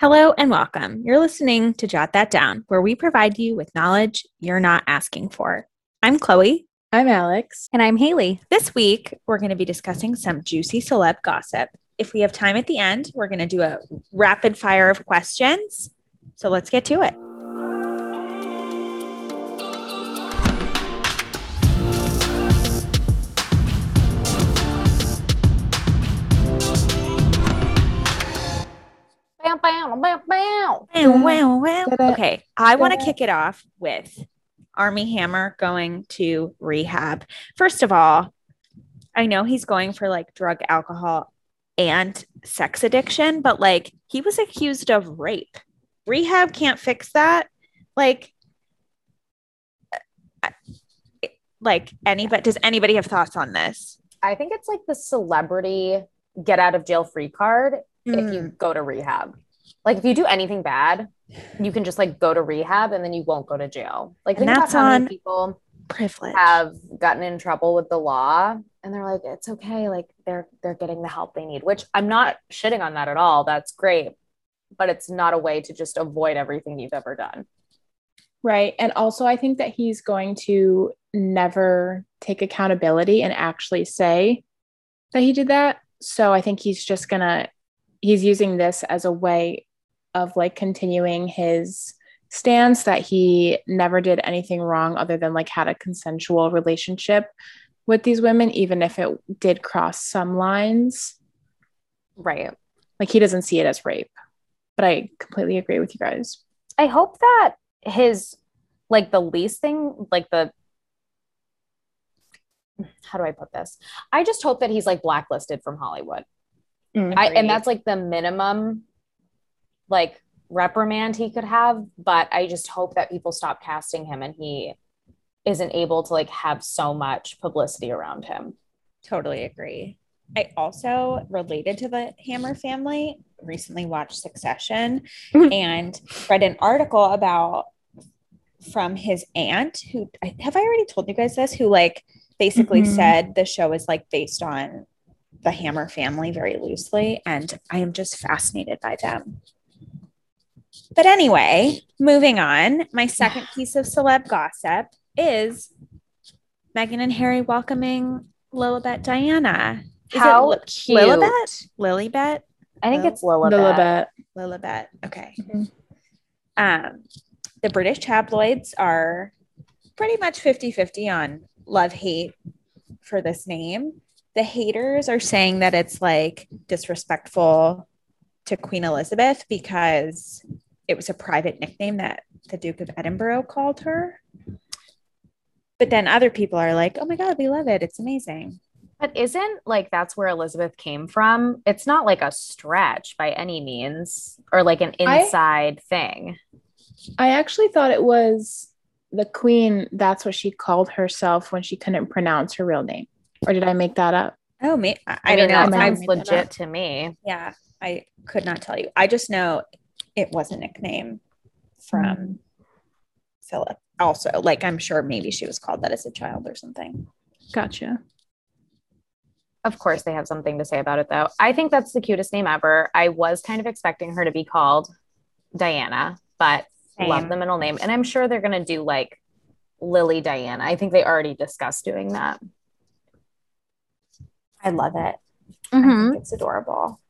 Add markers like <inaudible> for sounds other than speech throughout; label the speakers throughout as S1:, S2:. S1: Hello and welcome. You're listening to Jot That Down, where we provide you with knowledge you're not asking for. I'm Chloe.
S2: I'm Alex.
S3: And I'm Haley.
S1: This week, we're going to be discussing some juicy celeb gossip. If we have time at the end, we're going to do a rapid fire of questions. So let's get to it.
S3: Bow, bow, bow, bow.
S1: Wow, wow, wow.
S2: Ta-da.
S1: Okay, I want to
S2: Ta-da.
S1: kick it off with Army Hammer going to rehab. First of all, I know he's going for like drug, alcohol, and sex addiction, but like he was accused of rape. Rehab can't fix that. Like, uh, I- like anybody, does anybody have thoughts on this?
S3: I think it's like the celebrity get out of jail free card if
S1: Hmm.
S3: you go to rehab. Like if you do anything bad, you can just like go to rehab and then you won't go to jail. Like
S1: And
S3: think about
S1: that's
S3: how many
S1: on-
S3: people
S1: Privilege.
S3: have gotten in trouble with the law and they're like, it's okay, like they're they're getting the help they need, which I'm not shitting on that at all. That's great. But it's not a way to just avoid everything you've ever done.
S2: Right. And also, I think that he's going to never take accountability and actually say that he did that. So I think he's just going to, he's using this as a way of like continuing his stance that he never did anything wrong other than like had a consensual relationship with these women, even if it did cross some lines.
S3: Right.
S2: Like he doesn't see it as rape. But I completely agree with you guys.
S3: I hope that his like the least thing, like the how do I put this? I just hope that he's like blacklisted from Hollywood.
S2: Mm,
S3: I, and
S1: agreed.
S3: that's like the minimum like reprimand he could have, but I just hope that people stop casting him and he isn't able to like have so much publicity around him.
S1: Totally agree. I also related to the Hammer family, recently watched Succession and read an article about from his aunt who I- have I already told you guys this who like basically
S2: Mhm.
S1: said the show is like based on the Hammer family very loosely and I am just fascinated by them. But anyway, moving on, my second piece of celeb gossip is Meghan and Harry welcoming Lilibet Diana. Is
S3: How
S1: it Li-
S3: cute.
S1: Lilibet? Lilibet?
S3: I think
S1: Lil-
S3: it's Lilibet.
S2: Lilibet.
S1: Lilibet. Okay.
S3: Mm-hmm.
S2: Mhm.
S1: Um, the British tabloids are pretty much 50 50 on love hate for this name. The haters are saying that it's like disrespectful to Queen Elizabeth because it was a private nickname that the Duke of Edinburgh called her. But then other people are like, oh my God, we love it. It's amazing.
S3: But isn't like that's where Elizabeth came from? It's not like a stretch by any means or like an
S2: I-
S3: inside thing.
S2: I actually thought it was the queen. That's what she called herself when she couldn't pronounce her real name. Or did I make that up?
S1: Oh, ma- I,
S3: I,
S1: I
S3: mean,
S1: don't know.
S3: that
S2: I
S1: I'm-
S3: sounds
S2: made that up.
S3: legit to me.
S1: Yeah, I could not tell you. I just know it was a nickname from Philip. Also, like I'm sure maybe she was called that as a child or something.
S2: Gotcha.
S3: Of course, they have something to say about it, though. I think that's the cutest name ever. I was kind of expecting her to be called Diana, but love
S1: Same.
S3: the middle name. And I'm sure they're going to do like Lily Diana. I think they already discussed doing that.
S1: I love it. I think it's adorable.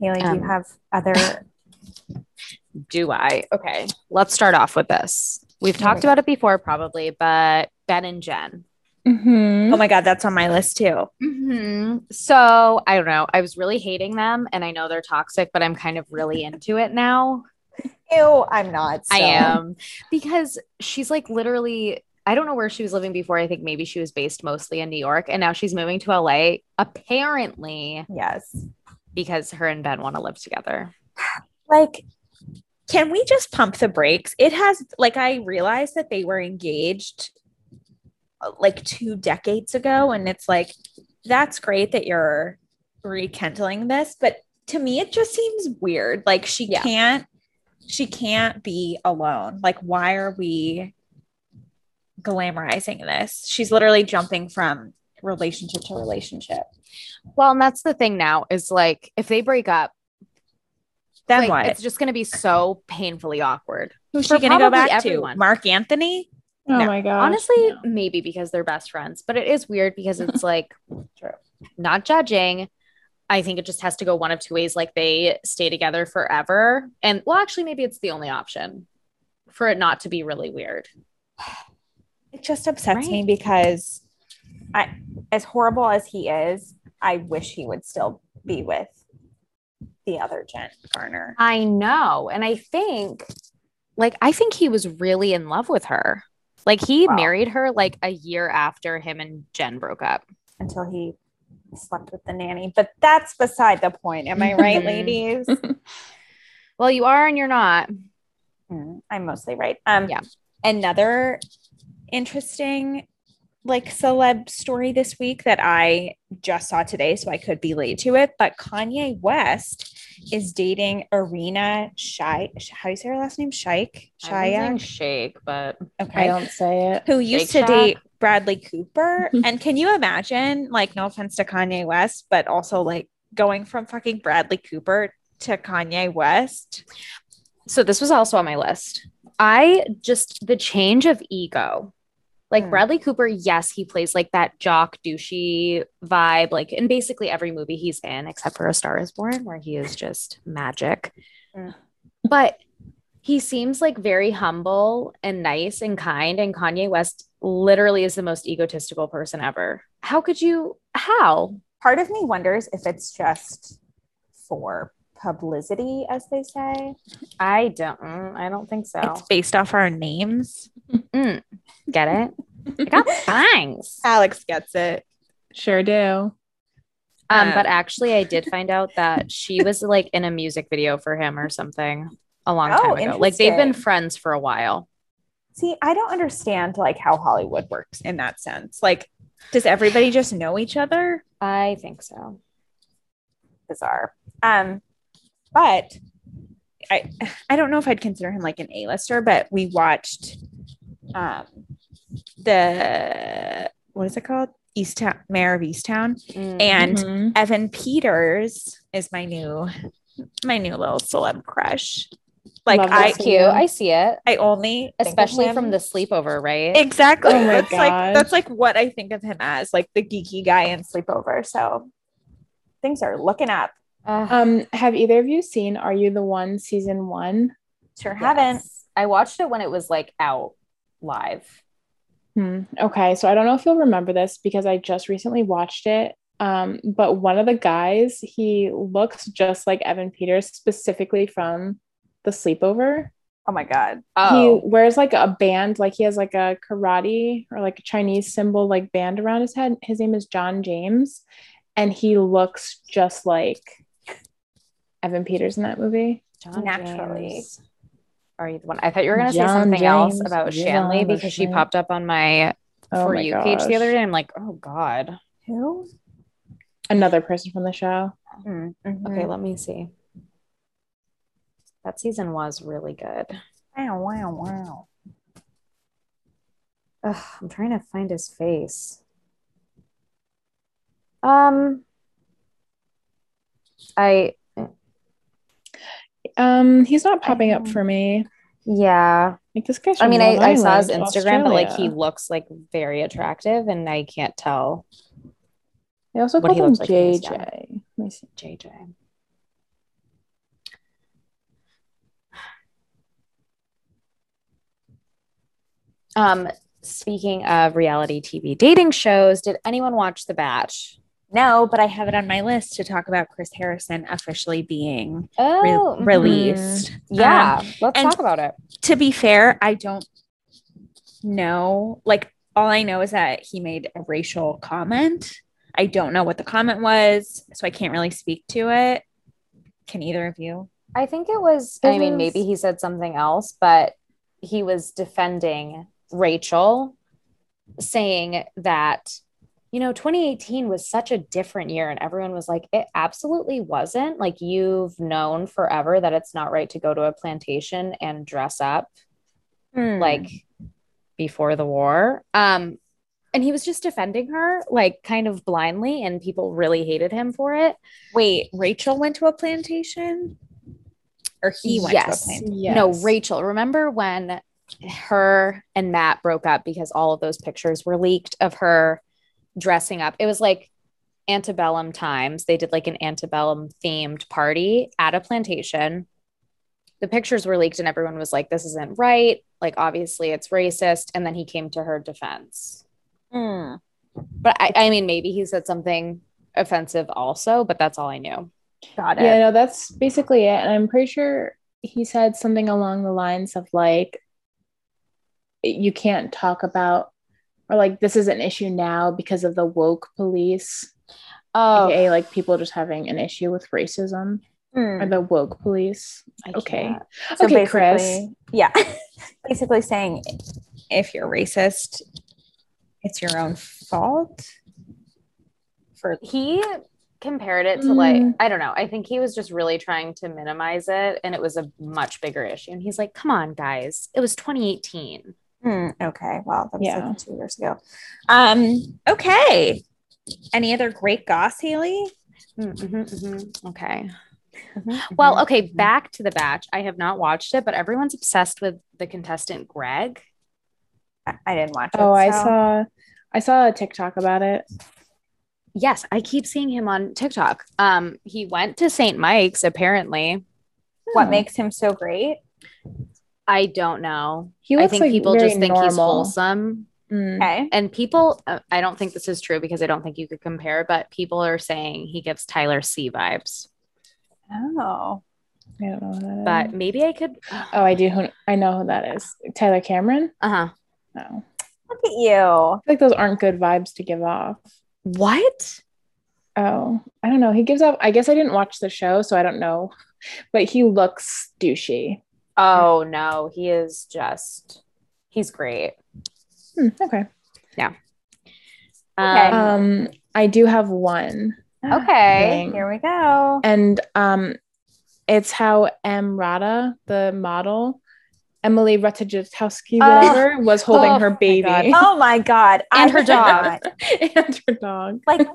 S1: Haley, do you
S3: Um,
S1: have <laughs> other?
S3: Do I? Okay. Let's start off with this. We've talked about it before, probably, but Ben and Jen.
S2: Mm-hmm.
S1: oh my god, that's on my list too.
S3: Mhm. So I don't know. I was really hating them, and I know they're toxic, but I'm kind of really into it now.
S1: Ew, I'm not.
S3: I am because she's like literally. I don't know where she was living before. I think maybe she was based mostly in New York, and now she's moving to LA. Apparently,
S1: Yes.
S3: because her and Ben want to live together.
S1: Like, can we just pump the brakes? It has like I realized that they were engaged uh, like two decades ago, and it's like that's great that you're rekindling this but to me it just seems weird like she
S3: Yeah.
S1: can't she can't be alone like why are we glamorizing this she's literally jumping from relationship to relationship
S3: Well, and that's the thing now is like if they break up,
S1: Then
S3: like,
S1: what?
S3: It's just going to be so painfully awkward.
S1: Who's
S3: for
S1: she gonna go
S3: probably
S1: back
S3: everyone.
S1: to? Mark Anthony?
S2: Oh
S1: No.
S2: my
S3: Uh,
S2: god.
S3: Honestly, maybe because they're best friends, but it is weird because it's <laughs> like
S2: True.
S3: not judging. I think it just has to go one of two ways. Like they stay together forever. And well, actually, maybe it's the only option for it not to be really weird.
S1: It just upsets me
S3: Right.
S1: because I as horrible as he is, I wish he would still be with the other Jen Garner.
S3: I know. And I think, like, I think he was really in love with her. Like, he
S1: Wow.
S3: married her like a year after him and Jen broke up.
S1: until he slept with the nanny. But that's beside the point. Am I right,
S3: Mhm.
S1: ladies?
S3: Well, you are and you're not.
S1: Mm, I'm mostly right. Um,
S3: Yeah.
S1: Another interesting, like, celeb story this week that I just saw today, so I could be late to it. But Kanye West is dating Arena Shai. How do you say her last name? Shaik. Shia.
S3: shake, but
S2: I
S1: Okay.
S2: don't say it.
S1: who used
S3: Shake
S1: to date Bradley
S2: <laughs>
S1: Cooper. and can you imagine, like, no offense to Kanye West, but also like going from fucking Bradley Cooper to Kanye West?
S3: so this was also on my list. I just the change of ego. Like
S1: Hmm.
S3: Bradley Cooper, yes, he plays like that jock douchey vibe, like in basically every movie he's in, except for A Star is Born, where he is just magic.
S1: Hmm.
S3: But he seems like very humble and nice and kind. And Kanye West literally is the most egotistical person ever. How could you? How?
S1: Part of me wonders if it's just for publicity, as they say.
S3: I don't. mm, I don't think so. Mm,
S1: It's based off our names.
S3: Get it?
S1: <laughs>
S3: I got bangs.
S1: Alex gets it.
S2: Sure do.
S3: Um,
S1: Um,
S3: but actually, I did find out that <laughs> she was like in a music video for him or something a long
S1: Oh,
S3: time ago. Like they've been
S1: interesting.
S3: friends for a while.
S1: See, I don't understand like how Hollywood works in that sense. Like, does everybody just know each other?
S3: I think so.
S1: bizarre. Um, but I I don't know if I'd consider him like an A-lister, but we watched um the what is it called? East Town Mayor of Easttown.
S3: Mm.
S1: And
S2: Mhm.
S1: Evan Peters is my new my new little celeb crush. Like
S2: Love
S1: I
S2: that.
S3: Oh, that's cute. I see it,
S1: I only think of
S3: especially
S1: him-
S3: from the sleepover, right?
S1: Exactly.
S2: Oh my
S1: that's like
S2: God.
S1: that's like what I think of him as, like the geeky guy in sleepover. So things are looking up.
S3: Ugh,
S2: Um, have either of you seen Are You the One season one?
S3: um,
S1: Sure haven't.
S3: yes. I watched it when it was like out live.
S2: Hmm. Okay, so I don't know if you'll remember this because I just recently watched it. Um, but one of the guys, he looks just like Evan Peters, specifically from the sleepover.
S1: Oh my god.
S3: Oh,
S2: He wears like a band, like he has like a karate or like a Chinese symbol, like band around his head. His name is John James, and he looks just like Evan Peters in that movie.
S3: John
S1: Naturally.
S3: James. Are you the one? I thought you were going to say
S2: John
S3: something else
S2: James,
S3: about
S2: John
S3: Shanley because she
S2: Shanley.
S3: popped up on my
S2: Oh
S3: for
S2: my
S3: you page the
S2: gosh.
S3: other day. I'm like, oh god.
S1: Who?
S2: Another person from the show.
S3: Okay, let me see. That season was really good.
S1: Wow, wow, wow.
S3: Ugh, I'm trying to find his face. Um, I
S2: Um, he's not popping up for me.
S3: yeah.
S2: Like this guy's.
S3: I
S2: from
S3: mean, I,
S2: Rhode
S3: I saw his
S2: Island,
S3: Instagram, but like he
S2: Australia.
S3: looks like very attractive, and I can't tell
S2: They also
S3: what he
S2: called him
S3: looks like when he's
S2: JJ. Let me see.
S3: JJ. Um, speaking of reality TV dating shows, did anyone watch The Batch?
S1: No, but I have it on my list to talk about Chris Harrison officially being re-
S3: Oh, mhm.
S1: released.
S3: Yeah, let's
S1: and-
S3: talk about it.
S1: To be fair, I don't know. Like, all I know is that he made a racial comment. I don't know what the comment was, so I can't really speak to it. Can either of you?
S3: I think it was,
S2: It
S3: I mean, maybe
S2: was-
S3: he said something else, but he was defending Rachel, saying that, you know, 2018 was such a different year. And everyone was like, it absolutely wasn't. Like, you've known forever that it's not right to go to a plantation and dress up like before the war. Um, and he was just defending her, like, kind of blindly. And people really hated him for it.
S1: wait, Rachel went to a plantation? or he went
S3: Yes.
S1: to a plane.
S2: Yes.
S3: No, Rachel, remember when her and Matt broke up because all of those pictures were leaked of her dressing up? It was like antebellum times. They did like an antebellum themed party at a plantation. The pictures were leaked, and everyone was like, this isn't right. Like, obviously, it's racist. And then he came to her defense.
S1: Mm.
S3: But I, I mean, maybe he said something offensive also, but that's all I knew.
S1: Got it.
S2: Yeah, no, that's basically it. And I'm pretty sure he said something along the lines of like, you can't talk about, or like, this is an issue now because of the woke police.
S3: Oh,
S2: AKA, like people just having an issue with racism or
S1: Mm.
S2: the woke police. okay.
S1: So
S2: okay, Chris.
S1: basically- Yeah. <laughs> basically saying if you're racist, it's your own fault. For
S3: he compared it to like
S2: Mm.
S3: i don't know i think he was just really trying to minimize it and it was a much bigger issue and he's like come on guys it was 2018
S1: Hmm, okay, well, that was
S2: Yeah.
S1: like two years ago. Um, okay. Any other great goss, Haley?
S3: Mm,
S2: Mm-hmm,
S3: mhm, mhm. okay well okay back to the batch i have not watched it but everyone's obsessed with the contestant greg
S1: I, I didn't watch it.
S2: Oh, I
S1: so-
S2: saw, I saw a TikTok about it.
S3: yes i keep seeing him on tiktok um he went to st mike's apparently
S1: what
S2: Oh.
S1: makes him so great.
S3: i don't know
S2: He
S3: i
S2: looks
S3: think
S2: like
S3: people
S2: very
S3: just think he's
S2: normal.
S3: wholesome
S2: Mm.
S1: Okay.
S3: and people uh, i don't think this is true because i don't think you could compare but people are saying he gives tyler c vibes
S1: Oh.
S2: I don't know who that is.
S3: but maybe i could uh,
S2: oh, I do. Who, I know who that is. Tyler Cameron.
S3: uh-huh
S2: No,
S1: Look at you.
S2: I feel like those aren't good vibes to give off.
S3: what
S2: Oh, I don't know. He gives off. I guess I didn't watch the show, so I don't know. But he looks douchey.
S3: oh no he is just he's great
S2: Hmm, okay.
S1: Okay.
S3: um,
S2: Um, I do have one,
S3: okay
S2: Dang.
S1: Here we
S2: <laughs>
S1: go.
S2: and um, it's how M. Rada, the model, Emily Ratajkowski,
S3: Oh.
S2: whatever, was holding
S3: Oh,
S2: her
S3: my
S2: baby
S3: God.
S1: Oh my god.
S3: And her
S1: did
S3: dog.
S1: not.
S2: <laughs> and her dog.
S1: like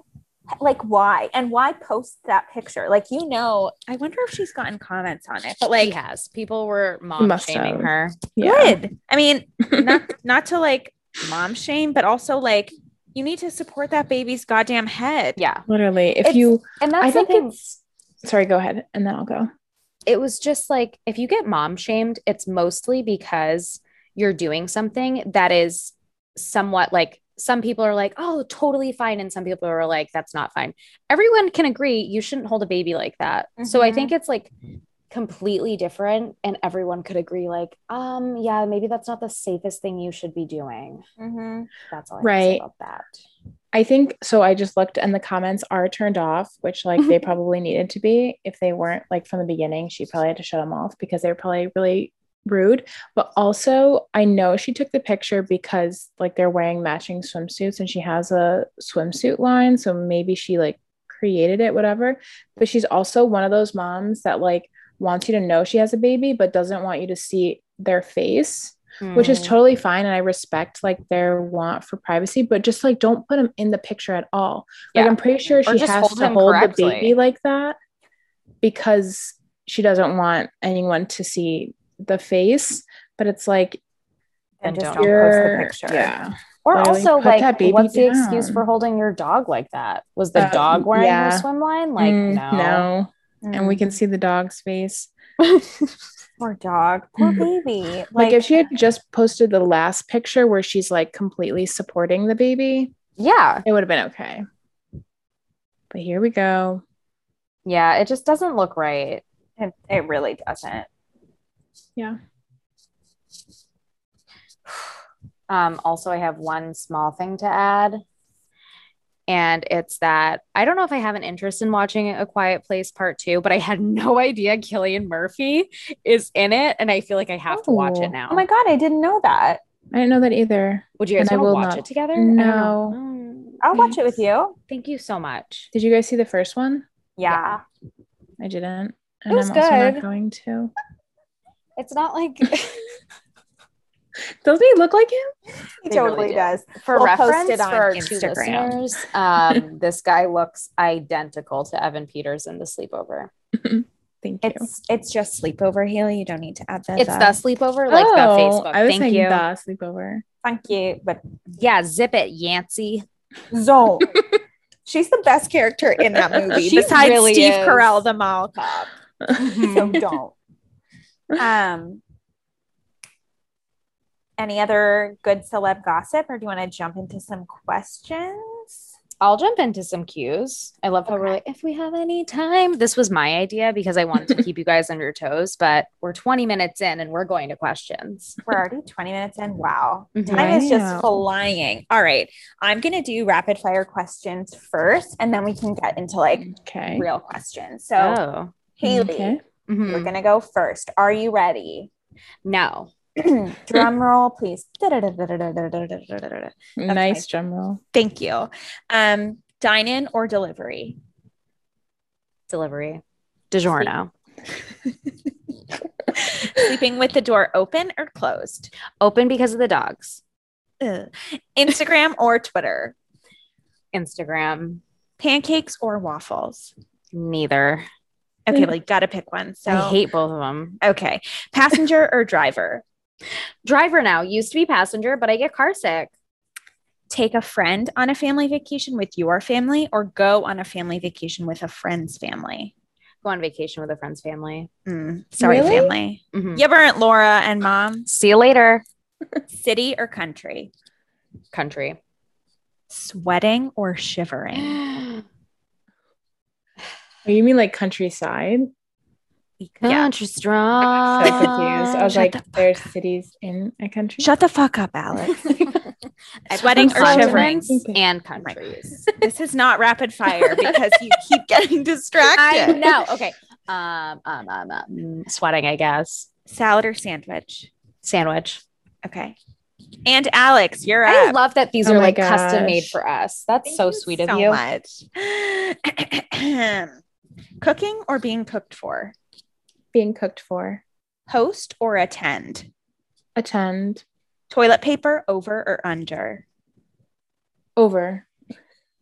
S1: like why and why post that picture like you know i wonder if she's gotten comments on it but
S3: like
S1: like
S3: he has people were mom
S2: must
S3: shaming
S2: have.
S3: her
S2: Yeah.
S1: good i
S2: <laughs>
S1: mean not not to like mom shame but also like you need to support that baby's goddamn head
S3: yeah
S2: Literally, if
S3: It's-
S2: you
S3: and that's
S2: I
S3: the
S2: think
S3: thing
S2: it's sorry, go ahead, and then I'll go.
S3: it was just like if you get mom shamed it's mostly because you're doing something that is somewhat like some people are like oh totally fine and some people are like that's not fine everyone can agree you shouldn't hold a baby like that so i
S1: Mhm.
S2: Mm-hmm.
S3: think it's like completely different and everyone could agree like um yeah maybe that's not the safest thing you should be doing
S1: Mhm.
S3: that's all I right
S2: Right.
S3: about that
S2: I think so. I just looked and the comments are turned off, which like they probably needed to be. If they weren't like from the beginning, she probably had to shut them off because they were probably really rude. But also, I know she took the picture because like they're wearing matching swimsuits and she has a swimsuit line. So maybe she like created it, whatever. But she's also one of those moms that like wants you to know she has a baby, but doesn't want you to see their face which
S3: Mm.
S2: is
S3: Hmm.
S2: totally fine and i respect like their want for privacy but just like don't put him in the picture at all like
S3: Yeah.
S2: i'm pretty sure she
S3: just
S2: has
S3: hold
S2: to
S3: him
S2: hold
S3: correctly.
S2: the baby like that because she doesn't want anyone to see the face but it's like
S1: and
S3: And
S1: just
S3: don't
S1: don't,
S2: you're
S1: post the picture
S2: yeah
S3: or
S2: Literally,
S3: also
S2: put
S3: like
S2: that baby
S3: what's the excuse
S2: down.
S3: for holding your dog like that was the
S2: Uh,
S3: dog wearing
S2: yeah.
S3: her swim line <laughs> like
S2: Mm,
S3: no Mm.
S2: and we can see the dog's face
S1: poor dog poor baby
S2: <laughs> like, if she had just posted the last picture where she's like completely supporting the baby
S3: yeah
S2: it would have been okay but here we go
S3: yeah it just doesn't look right
S1: it, it really doesn't
S3: Um, also, I have one small thing to add. And it's that I don't know if I have an interest in watching A Quiet Place Part Two, but I had <laughs> no idea Killian Murphy is in it. And I feel like I have to watch
S2: Oh.
S3: it now.
S1: oh my god i didn't know that
S2: i didn't know that either
S3: Would you guys
S2: And I
S3: want to
S2: will
S3: watch
S2: not-
S3: it together? I don't
S2: No.
S3: know. Mm,
S1: i'll watch it with you
S3: Thank you so much.
S2: did you guys see the first one
S1: yeah
S2: I didn't.
S3: It was
S2: I'm also
S3: good.
S2: not going to.
S3: It's not like <laughs>
S2: Doesn't he look like him?
S1: he
S3: They
S1: totally
S3: really do.
S1: does
S3: for
S1: We'll post
S3: reference
S1: it on
S3: for two
S1: Instagram.
S3: listeners. <laughs> Um, this guy looks identical to Evan Peters in The Sleepover.
S2: Thank you.
S1: It's it's just sleepover, Haley. You don't need to add that.
S3: It's the sleepover, like the Facebook.
S2: Oh, I was
S3: Thank
S2: thinking
S3: you.
S2: the sleepover.
S1: thank you, but
S3: Yeah, zip it, Yancy.
S1: Zoe. She's the best character in that movie,
S3: She
S1: besides
S3: really
S1: Steve
S3: is.
S1: Carell, the mall cop. Mm-hmm.
S2: <laughs>
S1: So don't. Um. Any other good celeb gossip, or do you want to jump into some questions?
S3: I'll jump into some cues. I love how we're like, if we have any time, this was my idea because I wanted to keep you guys on your toes, but we're 20 minutes in and we're going to questions.
S1: We're already 20 minutes in. Wow.
S3: Mhm.
S1: Time is just
S2: Wow.
S1: flying. All right. I'm going to do rapid fire questions first, and then we can get into like
S2: Okay.
S1: real questions. So,
S3: Oh,
S1: Haley,
S2: Okay.
S1: we we're
S3: Mhm.
S1: going to go first. Are you ready?
S3: no.
S1: Drum roll, please.
S2: Nice drum roll.
S1: Thank you. Um, dine in or delivery?
S3: Delivery. DiGiorno.
S1: Sleeping with the door open or closed?
S3: Open because of the dogs.
S1: Ugh. Instagram or Twitter?
S3: Instagram.
S1: Pancakes or waffles?
S3: Neither.
S1: Okay,
S2: Yeah.
S1: like gotta pick one. So
S3: I hate both of them.
S1: Okay. Passenger or driver?
S3: Driver now. Used to be passenger, but I get car sick.
S1: Take a friend on a family vacation with your family or go on a family vacation with a friend's family?
S3: Go on vacation with a friend's family.
S1: Mm, sorry,
S2: Really?
S1: family.
S3: Mhm.
S1: You ever at Laura and mom?
S3: See you later.
S1: City or country?
S3: Country.
S1: Sweating or shivering?
S3: <gasps> <laughs>
S2: Oh, you mean like countryside?
S1: Yeah.
S3: Country strong.
S2: So confused. I was
S1: Shut
S3: <laughs>
S2: like,
S1: the fuck
S2: there's
S1: up.
S2: cities in a country.
S1: Shut the fuck up, Alex. <laughs>
S3: <laughs> I prefer
S1: Sweating or shivering?
S3: continents and countries.
S1: this is not rapid fire because you keep getting
S3: I
S1: distracted.
S3: know. Okay. Um, um, um, um, sweating, I guess.
S1: Salad or sandwich?
S3: Sandwich.
S1: Okay. And Alex, you're up.
S3: I love that these
S2: Oh
S3: are
S2: my
S3: like custom made
S2: gosh.
S3: for us. That's
S1: Thank
S3: so
S1: you
S3: sweet of
S1: so
S3: you.
S1: much. <clears throat> Cooking or being cooked for?
S2: Being cooked for.
S1: Host or attend?
S2: Attend.
S1: Toilet paper over or under?
S2: Over.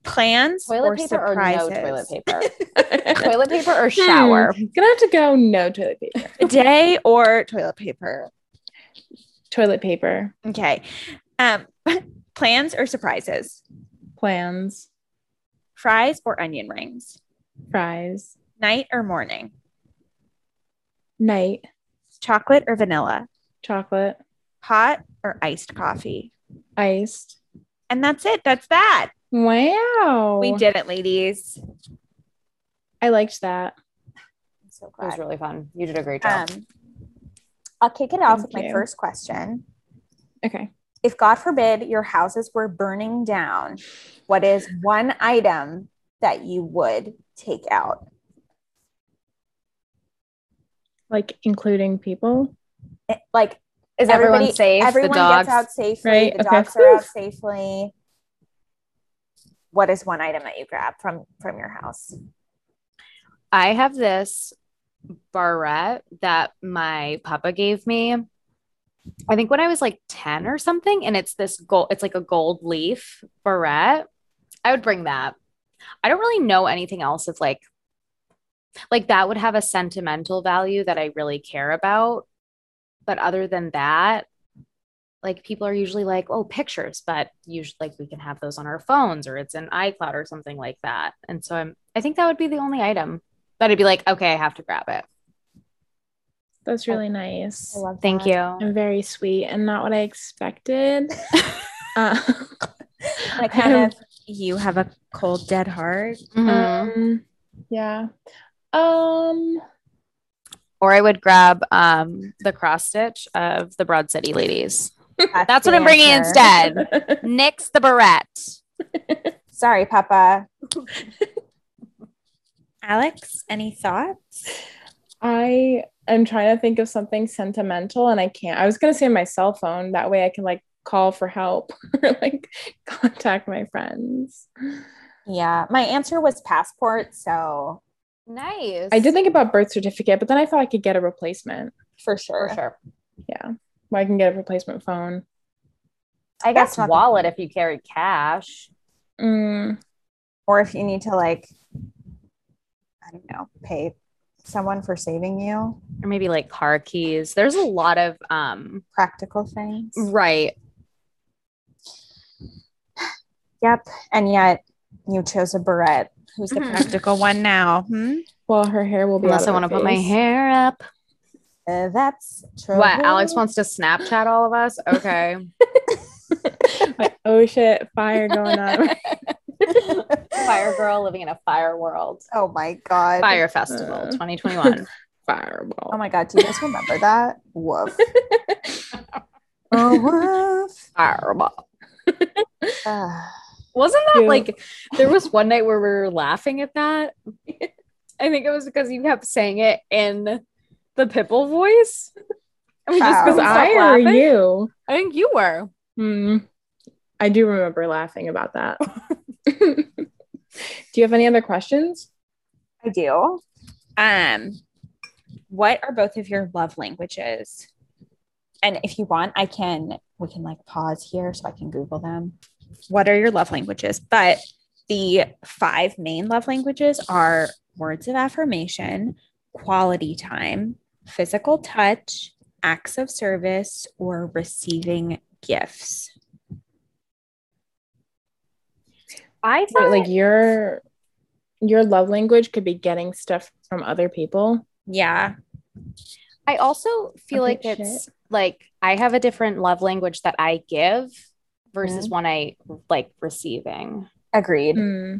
S1: Plans
S3: Toilet
S1: or
S3: paper
S1: surprises? Hmm.
S3: or no toilet
S1: <laughs>
S3: paper?
S2: toilet <laughs>
S3: toilet paper or shower?
S2: Hmm. Gonna have to go no toilet paper.
S1: Day or toilet paper?
S2: toilet paper.
S1: Okay. Um, <laughs> plans or surprises?
S2: Plans.
S1: Fries or onion rings?
S2: Fries.
S1: Night or morning?
S2: Night.
S1: Chocolate or vanilla?
S2: Chocolate.
S1: Hot or iced coffee?
S2: Iced.
S1: And that's it. That's that.
S2: Wow.
S1: We did it, ladies.
S2: I liked that.
S1: I'm so
S3: It
S1: glad.
S3: was really fun. You did a great job.
S1: Um, I'll kick it off
S2: Thank
S1: with my
S2: you.
S1: first question.
S2: Okay.
S1: If God forbid your houses were burning down, what is one item that you would take out?
S2: Like including people.
S1: It- Eh, like
S3: Is everyone
S1: everybody-
S3: safe?
S1: everyone
S3: the dogs.
S1: gets out safely,
S2: Right,
S1: the
S2: okay.
S1: dogs are out
S2: Whew.
S1: safely. What is one item that you grab from from your house?
S3: I have this barrette that my papa gave me. I think when I was like 10 or something, and it's this gold, it's like a gold leaf barrette. I would bring that. I don't really know anything else of like, like that would have a sentimental value that I really care about. But other than that, like people are usually like, oh, pictures, but usually like we can have those on our phones or it's in iCloud or something like that. And so I'm, I think that would be the only item that I'd be like, okay, I have to grab it.
S2: That's really nice.
S1: I love
S3: Thank
S1: that.
S3: you.
S2: and very sweet and not what I <laughs> expected. uh,
S1: Like kind of Um, you have a cold dead heart.
S3: Mhm.
S2: um, yeah. Um,
S3: or I would grab um, the cross stitch of the Broad City ladies. That's what
S1: the
S3: I'm bringing
S1: answer.
S3: instead. <laughs> Nix the barrette.
S1: Sorry, Papa. <laughs> Alex, any thoughts?
S2: <laughs> I am trying to think of something sentimental and I can't. I was gonna say my cell phone. That way I can like call for help <laughs> or like contact my friends.
S1: Yeah, my answer was passport, so
S3: Nice.
S2: I did think about birth certificate, but then I thought I could get a replacement.
S1: for sure.
S3: for sure.
S2: Yeah. Well, I can get a replacement phone.
S1: I guess
S3: That's
S1: not
S3: wallet if you carry cash.
S2: Mm,
S1: or if you need to like I don't know, pay someone for saving you,
S3: or maybe like car keys. There's a lot of um
S1: practical things.
S3: right.
S1: Yep. And yet you chose a barrette. Who's the
S3: Mhm.
S1: practical one now? Hmm?
S2: Well, her hair will be.
S3: I also want to put my hair up.
S1: Uh, that's true.
S3: What? Alex wants to Snapchat all of us. Okay.
S2: hair. <laughs> oh shit! Fire going on.
S3: <laughs> <laughs> fire girl living in a fire world.
S1: Oh my god.
S3: Fire festival
S2: Uh.
S3: 2021.
S2: Fireball.
S1: Oh my god. Do you guys remember that? Woof. oh woof. <sighs>
S3: Fireball.
S1: Ah.
S3: Wasn't that
S2: Yeah.
S3: like there was one night where we were laughing at that? I think it was because you kept saying it in the Pipple voice. I mean, just
S1: How?
S2: Was
S3: because
S2: I or you?
S3: I think you were.
S2: Hmm. I do remember laughing
S3: <laughs>
S2: about that. do you have any other questions?
S1: I do. Um, what are both of your love languages? And if you want, I can we can like pause here so I can Google them. What are your love languages? But the five main love languages are words of affirmation, quality time, physical touch, acts of service, or receiving gifts.
S3: I
S2: Wait, like your your love language could be getting stuff from other people.
S1: Yeah.
S3: I also feel
S2: Okay,
S3: like it's like I have a different love language that I give versus
S2: Mm-hmm.
S3: one I like receiving.
S1: Agreed.
S3: Mm.
S2: Hmm.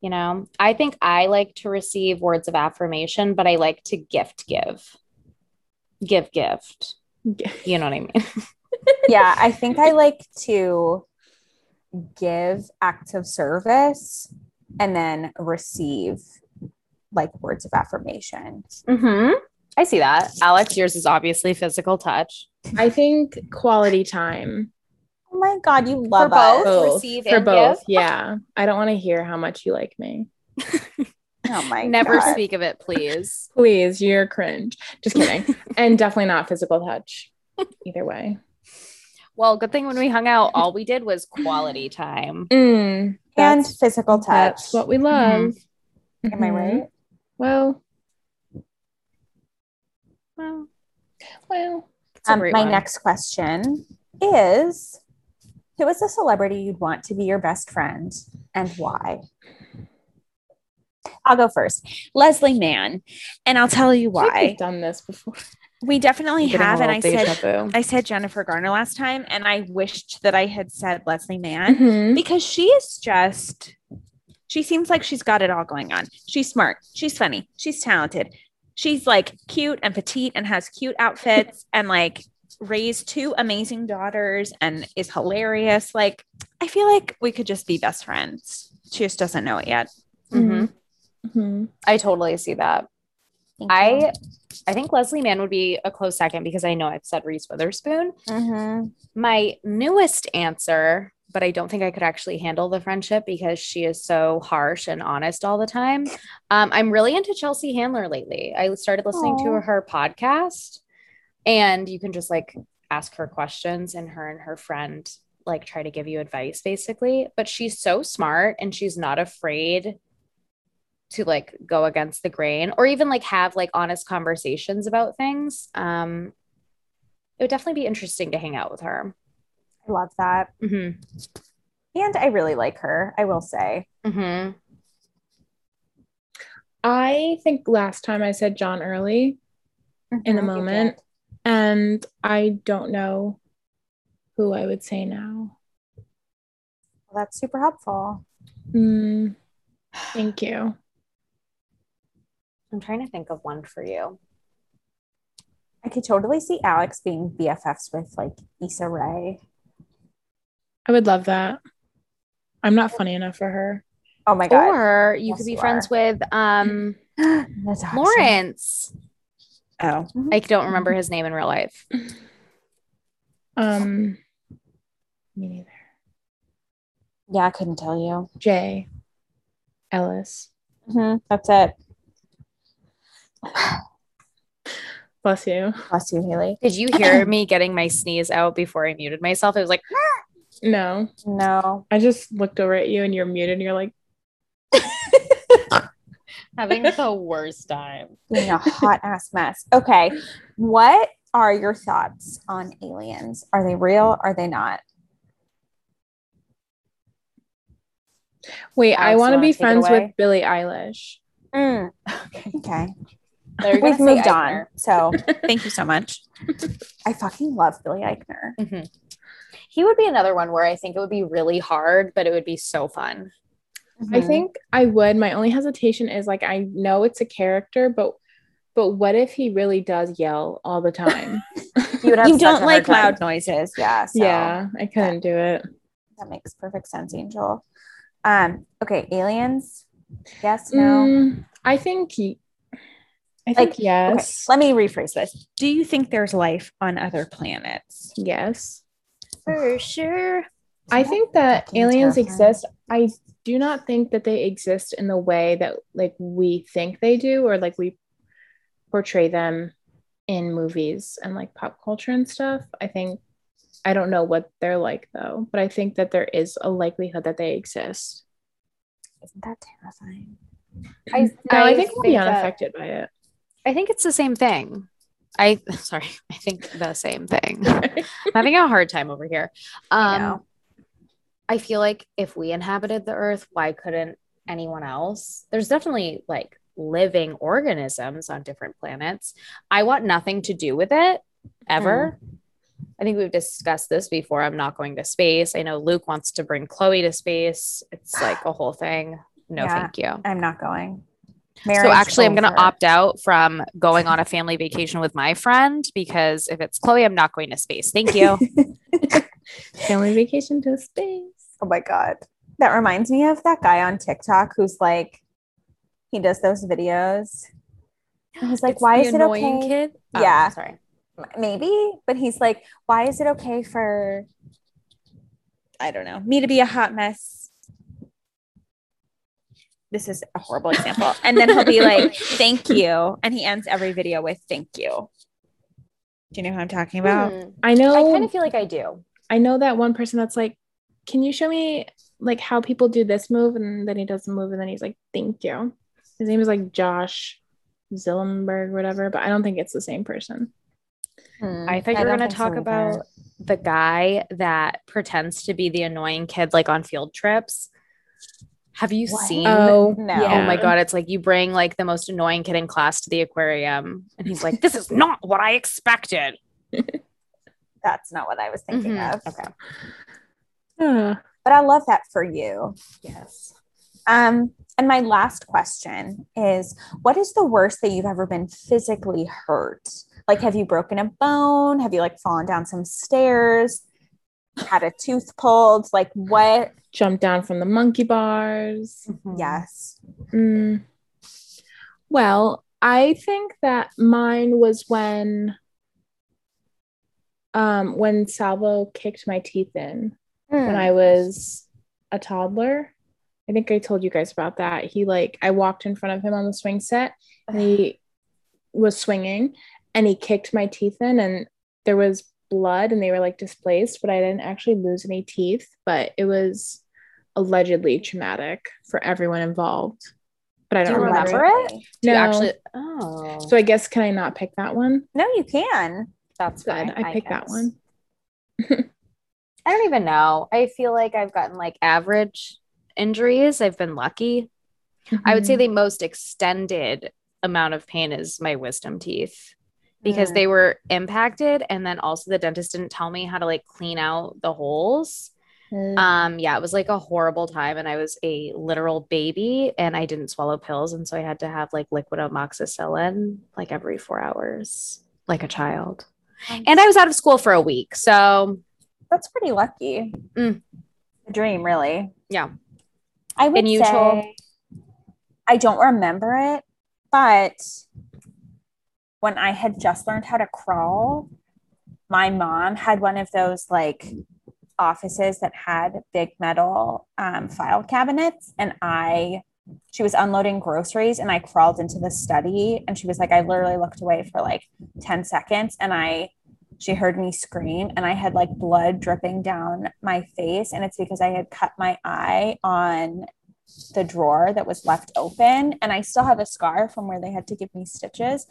S3: You know, I think I like to receive words of affirmation, but I like to gift give. Give gift. You know what I mean?
S1: yeah, I think I like to give acts of service and then receive like words of affirmation.
S3: Mm-hmm. I see that. Alex, yours is obviously physical touch.
S2: I think quality time
S1: Oh my God, you love
S3: For both?
S1: us.
S2: both,
S3: receive
S2: for
S3: and
S2: both.
S3: give?
S2: Yeah, I don't want to hear how much you like me.
S1: Oh my <laughs>
S3: Never
S1: God.
S3: speak of it, please.
S2: Please, you're cringe.
S3: <laughs>
S2: Just kidding, and definitely not physical touch. Either way,
S3: Well, good thing when we hung out, all we did was quality time.
S2: Mm,
S1: And
S2: that's-
S1: physical touch. Mm-hmm.
S2: That's what we love.
S1: Am I
S3: Mm-hmm.
S2: Mhm.
S1: right?
S2: Well,
S3: Well,
S2: well.
S3: it's a
S1: Um,
S3: great
S1: my
S3: one.
S1: next question is Who is a celebrity you'd want to be your best friend and why? I'll go first. Leslie Mann. And I'll tell you
S2: I think we've
S1: why.
S2: done this
S1: <laughs>
S2: before.
S1: We definitely
S3: Getting a
S1: have. And I
S3: little
S1: said,
S3: deja vu.
S1: I said Jennifer Garner last time, and I wished that I had said Leslie Mann
S2: Mhm.
S1: because she is just, she seems like she's got it all going on. She's smart, she's funny, she's talented, she's like cute and petite and has cute <laughs> outfits and like raised two amazing daughters and is hilarious. Like, I feel like we could just be best friends. She just doesn't know it yet. Mm-hmm.
S3: Mhm.
S2: Mhm.
S3: I totally see that.
S1: Thank you.
S3: I I think Leslie Mann would be a close second because I know I've said Reese Witherspoon.
S1: Mhm.
S3: My newest answer, but I don't think I could actually handle the friendship because she is so harsh and honest all the time. Um, I'm really into Chelsea Handler lately. I started listening
S1: Aw.
S3: to her podcast, and you can just like ask her questions, and her and her friend like try to give you advice basically. But she's so smart and she's not afraid to like go against the grain or even like have like honest conversations about things. Um, it would definitely be interesting to hang out with her.
S1: I love that.
S3: Mm-hmm.
S1: And I really like her, I will say.
S3: Mm-hmm.
S2: I think last time I said John Early, In the
S1: Mhm, you
S2: moment.
S1: did.
S2: and I don't know who I would say now.
S1: Well, that's super helpful.
S2: Mm, thank you.
S3: I'm trying to think of one for you. Oh
S1: I could totally see Alex being BFFs with like Issa Rae.
S2: I would love that. I'm not funny enough for her.
S1: Oh my god, <gasps>
S3: Or you
S1: Yes,
S3: could be
S1: you
S3: friends
S1: are.
S3: with um
S1: Natasha.
S3: Lawrence.
S1: Oh,
S3: I don't remember his name in real life.
S2: Um, me neither.
S1: yeah, I couldn't tell you.
S2: Jay Ellis.
S1: Mhm, That's it.
S2: Bless you.
S1: Bless you, Haley.
S3: Did you <clears throat> hear me getting my sneeze out before I muted myself? It was like <laughs>
S2: No,
S1: No,
S2: I just looked over at you and you're muted and you're like,
S4: having the worst time.
S1: Being a hot ass mess. Okay. What are your thoughts on aliens? Are they real? Are they not?
S2: Wait, I
S3: Alex,
S2: want to
S3: wanna
S2: be
S3: take it
S2: friends with
S3: away?
S2: Billie Eilish.
S3: Mm.
S1: Okay.
S3: They were gonna
S1: We've
S3: say
S1: moved
S3: Eisner.
S1: on. So thank you so much. I fucking love Billy Eichner.
S3: He would be another one where I think it would be really hard, but it would be so fun.
S2: I
S1: Mm-hmm.
S2: think I would. My only hesitation is like I know it's a character, but but what if he really does yell all the <laughs> time?
S3: You would have
S1: you
S3: such a
S1: don't
S3: hard
S1: like
S3: time.
S1: loud noises. Yeah. So
S2: yeah, I couldn't do it.
S1: That makes perfect sense, Angel. Um, okay. Aliens. Yes, no.
S2: Mm, I think he, I think
S1: Like, Okay,
S2: yes.
S1: let me rephrase this. Do you think there's life on other planets?
S2: yes.
S1: For sure.
S2: I think that
S1: fucking
S2: aliens
S1: terrifying.
S2: exist. I do not think that they exist in the way that like we think they do or like we portray them in movies and like pop culture and stuff. I think I don't know what they're like though, but I think that there is a likelihood that they exist.
S1: Isn't that terrifying?
S3: I,
S2: No, I, think we'll be
S3: that-
S2: unaffected by it.
S3: I think it's the same thing. I <laughs> sorry, I think the same thing.
S1: <laughs>
S3: I'm having a hard time over here. Um,
S1: know.
S3: I feel like if we inhabited the earth, why couldn't anyone else? There's definitely like living organisms on different planets. I want nothing to do with it ever.
S1: Hmm.
S3: I think we've discussed this before. I'm not going to space. I know Luke wants to bring Chloe to space. It's like a whole thing. No,
S1: Yeah.
S3: thank you.
S1: I'm not going.
S3: so
S1: Marriage
S3: actually, I'm going
S1: over.
S3: to opt out from going on a family vacation with my friend because if it's Chloe, I'm not going to space. Thank you. Um,
S2: Family vacation to space.
S1: Oh my God. That reminds me of that guy on TikTok who's like, he does those videos. I was like,
S3: It's
S1: why
S3: the
S1: is it
S3: annoying
S1: okay?
S3: Kid? Oh,
S1: Yeah.
S3: sorry.
S1: Maybe, but he's like, why is it okay for, I don't know, me to be a hot mess? This is a horrible example. And then he'll be like, thank you. And he ends every video with thank you. Do you know who I'm talking about?
S2: I know
S3: Hmm. I kind of feel like I do.
S2: I know that one person that's like, can you show me like how people do this move? And then he does the move and then he's like, thank you. His name is like Josh Zillenberg, whatever, but I don't think it's the same person.
S3: Hmm. I thought you were
S1: don't
S3: going
S1: think
S3: to
S1: so
S3: talk
S1: either.
S3: about the guy that pretends to be the annoying kid, like on field trips. Have you
S1: What?
S3: seen?
S2: Oh,
S1: No.
S3: Oh my
S2: yeah.
S3: god! It's like you bring like the most annoying kid in class to the aquarium, and he's like, "This is not what I expected."
S1: That's not what I was thinking
S3: Mhm.
S1: of.
S3: Okay.
S2: Uh,
S1: But I love that for you.
S3: Yes.
S1: Um, and my last question is what is the worst that you've ever been physically hurt? Like, have you broken a bone? Have you like fallen down some stairs? Had a tooth pulled? Like, what?
S2: jump down from the monkey bars.
S3: Mm-hmm. Hmm.
S1: Yes.
S2: Mm. Well, I think that mine was when um when Salvo kicked my teeth in.
S3: Hmm.
S2: when I was a toddler. I think I told you guys about that. He like I walked in front of him on the swing set and he was swinging and he kicked my teeth in and there was blood and they were like displaced, but I didn't actually lose any teeth, but it was allegedly traumatic for everyone involved. But I
S3: Do
S2: don't
S3: you
S2: remember.
S3: remember
S2: it.
S3: it? Do
S2: No.
S3: you actually? Oh,
S2: So I guess can I not pick that one?
S1: No, you can.
S3: that's
S2: Good.
S3: fine,
S2: I picked that
S3: guess.
S2: one.
S3: I don't even know. I feel like I've gotten like average injuries. I've been lucky. I would say the most extended amount of pain is my wisdom teeth because
S1: Mm.
S3: they were impacted and then also the dentist didn't tell me how to like clean out the holes.
S1: Mm.
S2: Mm-hmm.
S3: Um yeah, it was like a horrible time and I was a literal baby and I didn't swallow pills and so I had to have like liquid amoxicillin like every 4 hours like a child.
S1: Mm-hmm.
S3: And I was out of school for a week. So
S1: That's pretty lucky.
S3: Mm.
S1: A dream, really.
S3: Yeah.
S1: I would
S3: And you
S1: say
S3: told-
S1: I don't remember it, but when I had just learned how to crawl, my mom had one of those like offices that had big metal um, file cabinets, and I she was unloading groceries and I crawled into the study and she was like I literally looked away for like 10 seconds and I she heard me scream and I had like blood dripping down my face and it's because I had cut my eye on the drawer that was left open and I still have a scar from where they had to give me stitches.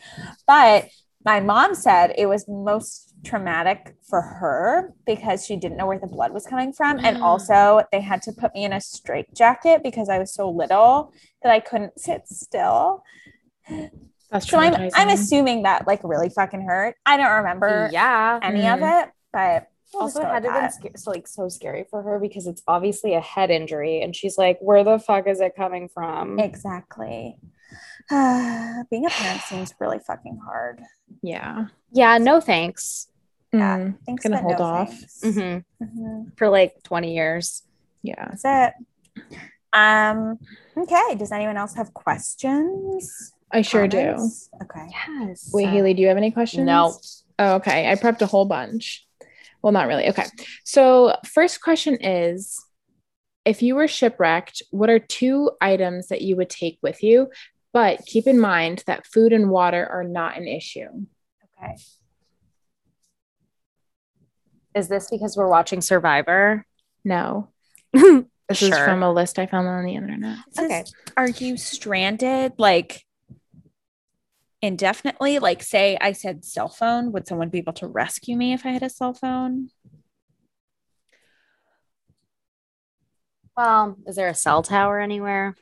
S1: But my mom said it was most traumatic for her because she didn't know where the blood was coming from and
S2: Mm.
S1: also they had to put me in a straitjacket because I was so little that I couldn't sit still.
S2: That's
S1: So I'm I'm
S2: traumatizing.
S1: assuming that like really fucking hurt. I don't remember
S3: yeah.
S1: any of it, but I'll
S3: Also, it
S1: go
S3: had to
S1: with
S3: have been
S1: that.
S3: sca- so, like so scary for her because it's obviously a head injury, and she's like, "Where the fuck is it coming from?"
S1: exactly. <sighs> Being a parent seems really fucking hard.
S2: Mm-hmm. Yeah.
S3: yeah, no thanks.
S1: Yeah.
S2: Mm,
S1: Thanks,
S2: Gonna
S1: but
S2: hold
S1: no
S2: off.
S1: thanks.
S3: hmm
S1: Mhm.
S3: For like twenty years.
S2: yeah.
S1: That's it. Um. Okay. Does anyone else have questions?
S2: I sure do.
S1: Comments? Okay.
S3: Yes. Uh,
S2: Wait, Haley, do you have any questions?
S3: No.
S2: Oh, okay. I prepped a whole bunch. Well, not really. Okay. So, first question is if you were shipwrecked, what are two items that you would take with you? But keep in mind that food and water are not an issue.
S1: Okay.
S3: Is this because we're watching Survivor?
S2: No. This is
S3: Sure.
S2: from a list I found on the internet.
S3: Okay.
S1: okay. Are you stranded like indefinitely? Like, say I said cell phone, would someone be able to rescue me if I had a cell phone?
S3: Well, is there a cell tower <gasps> anywhere?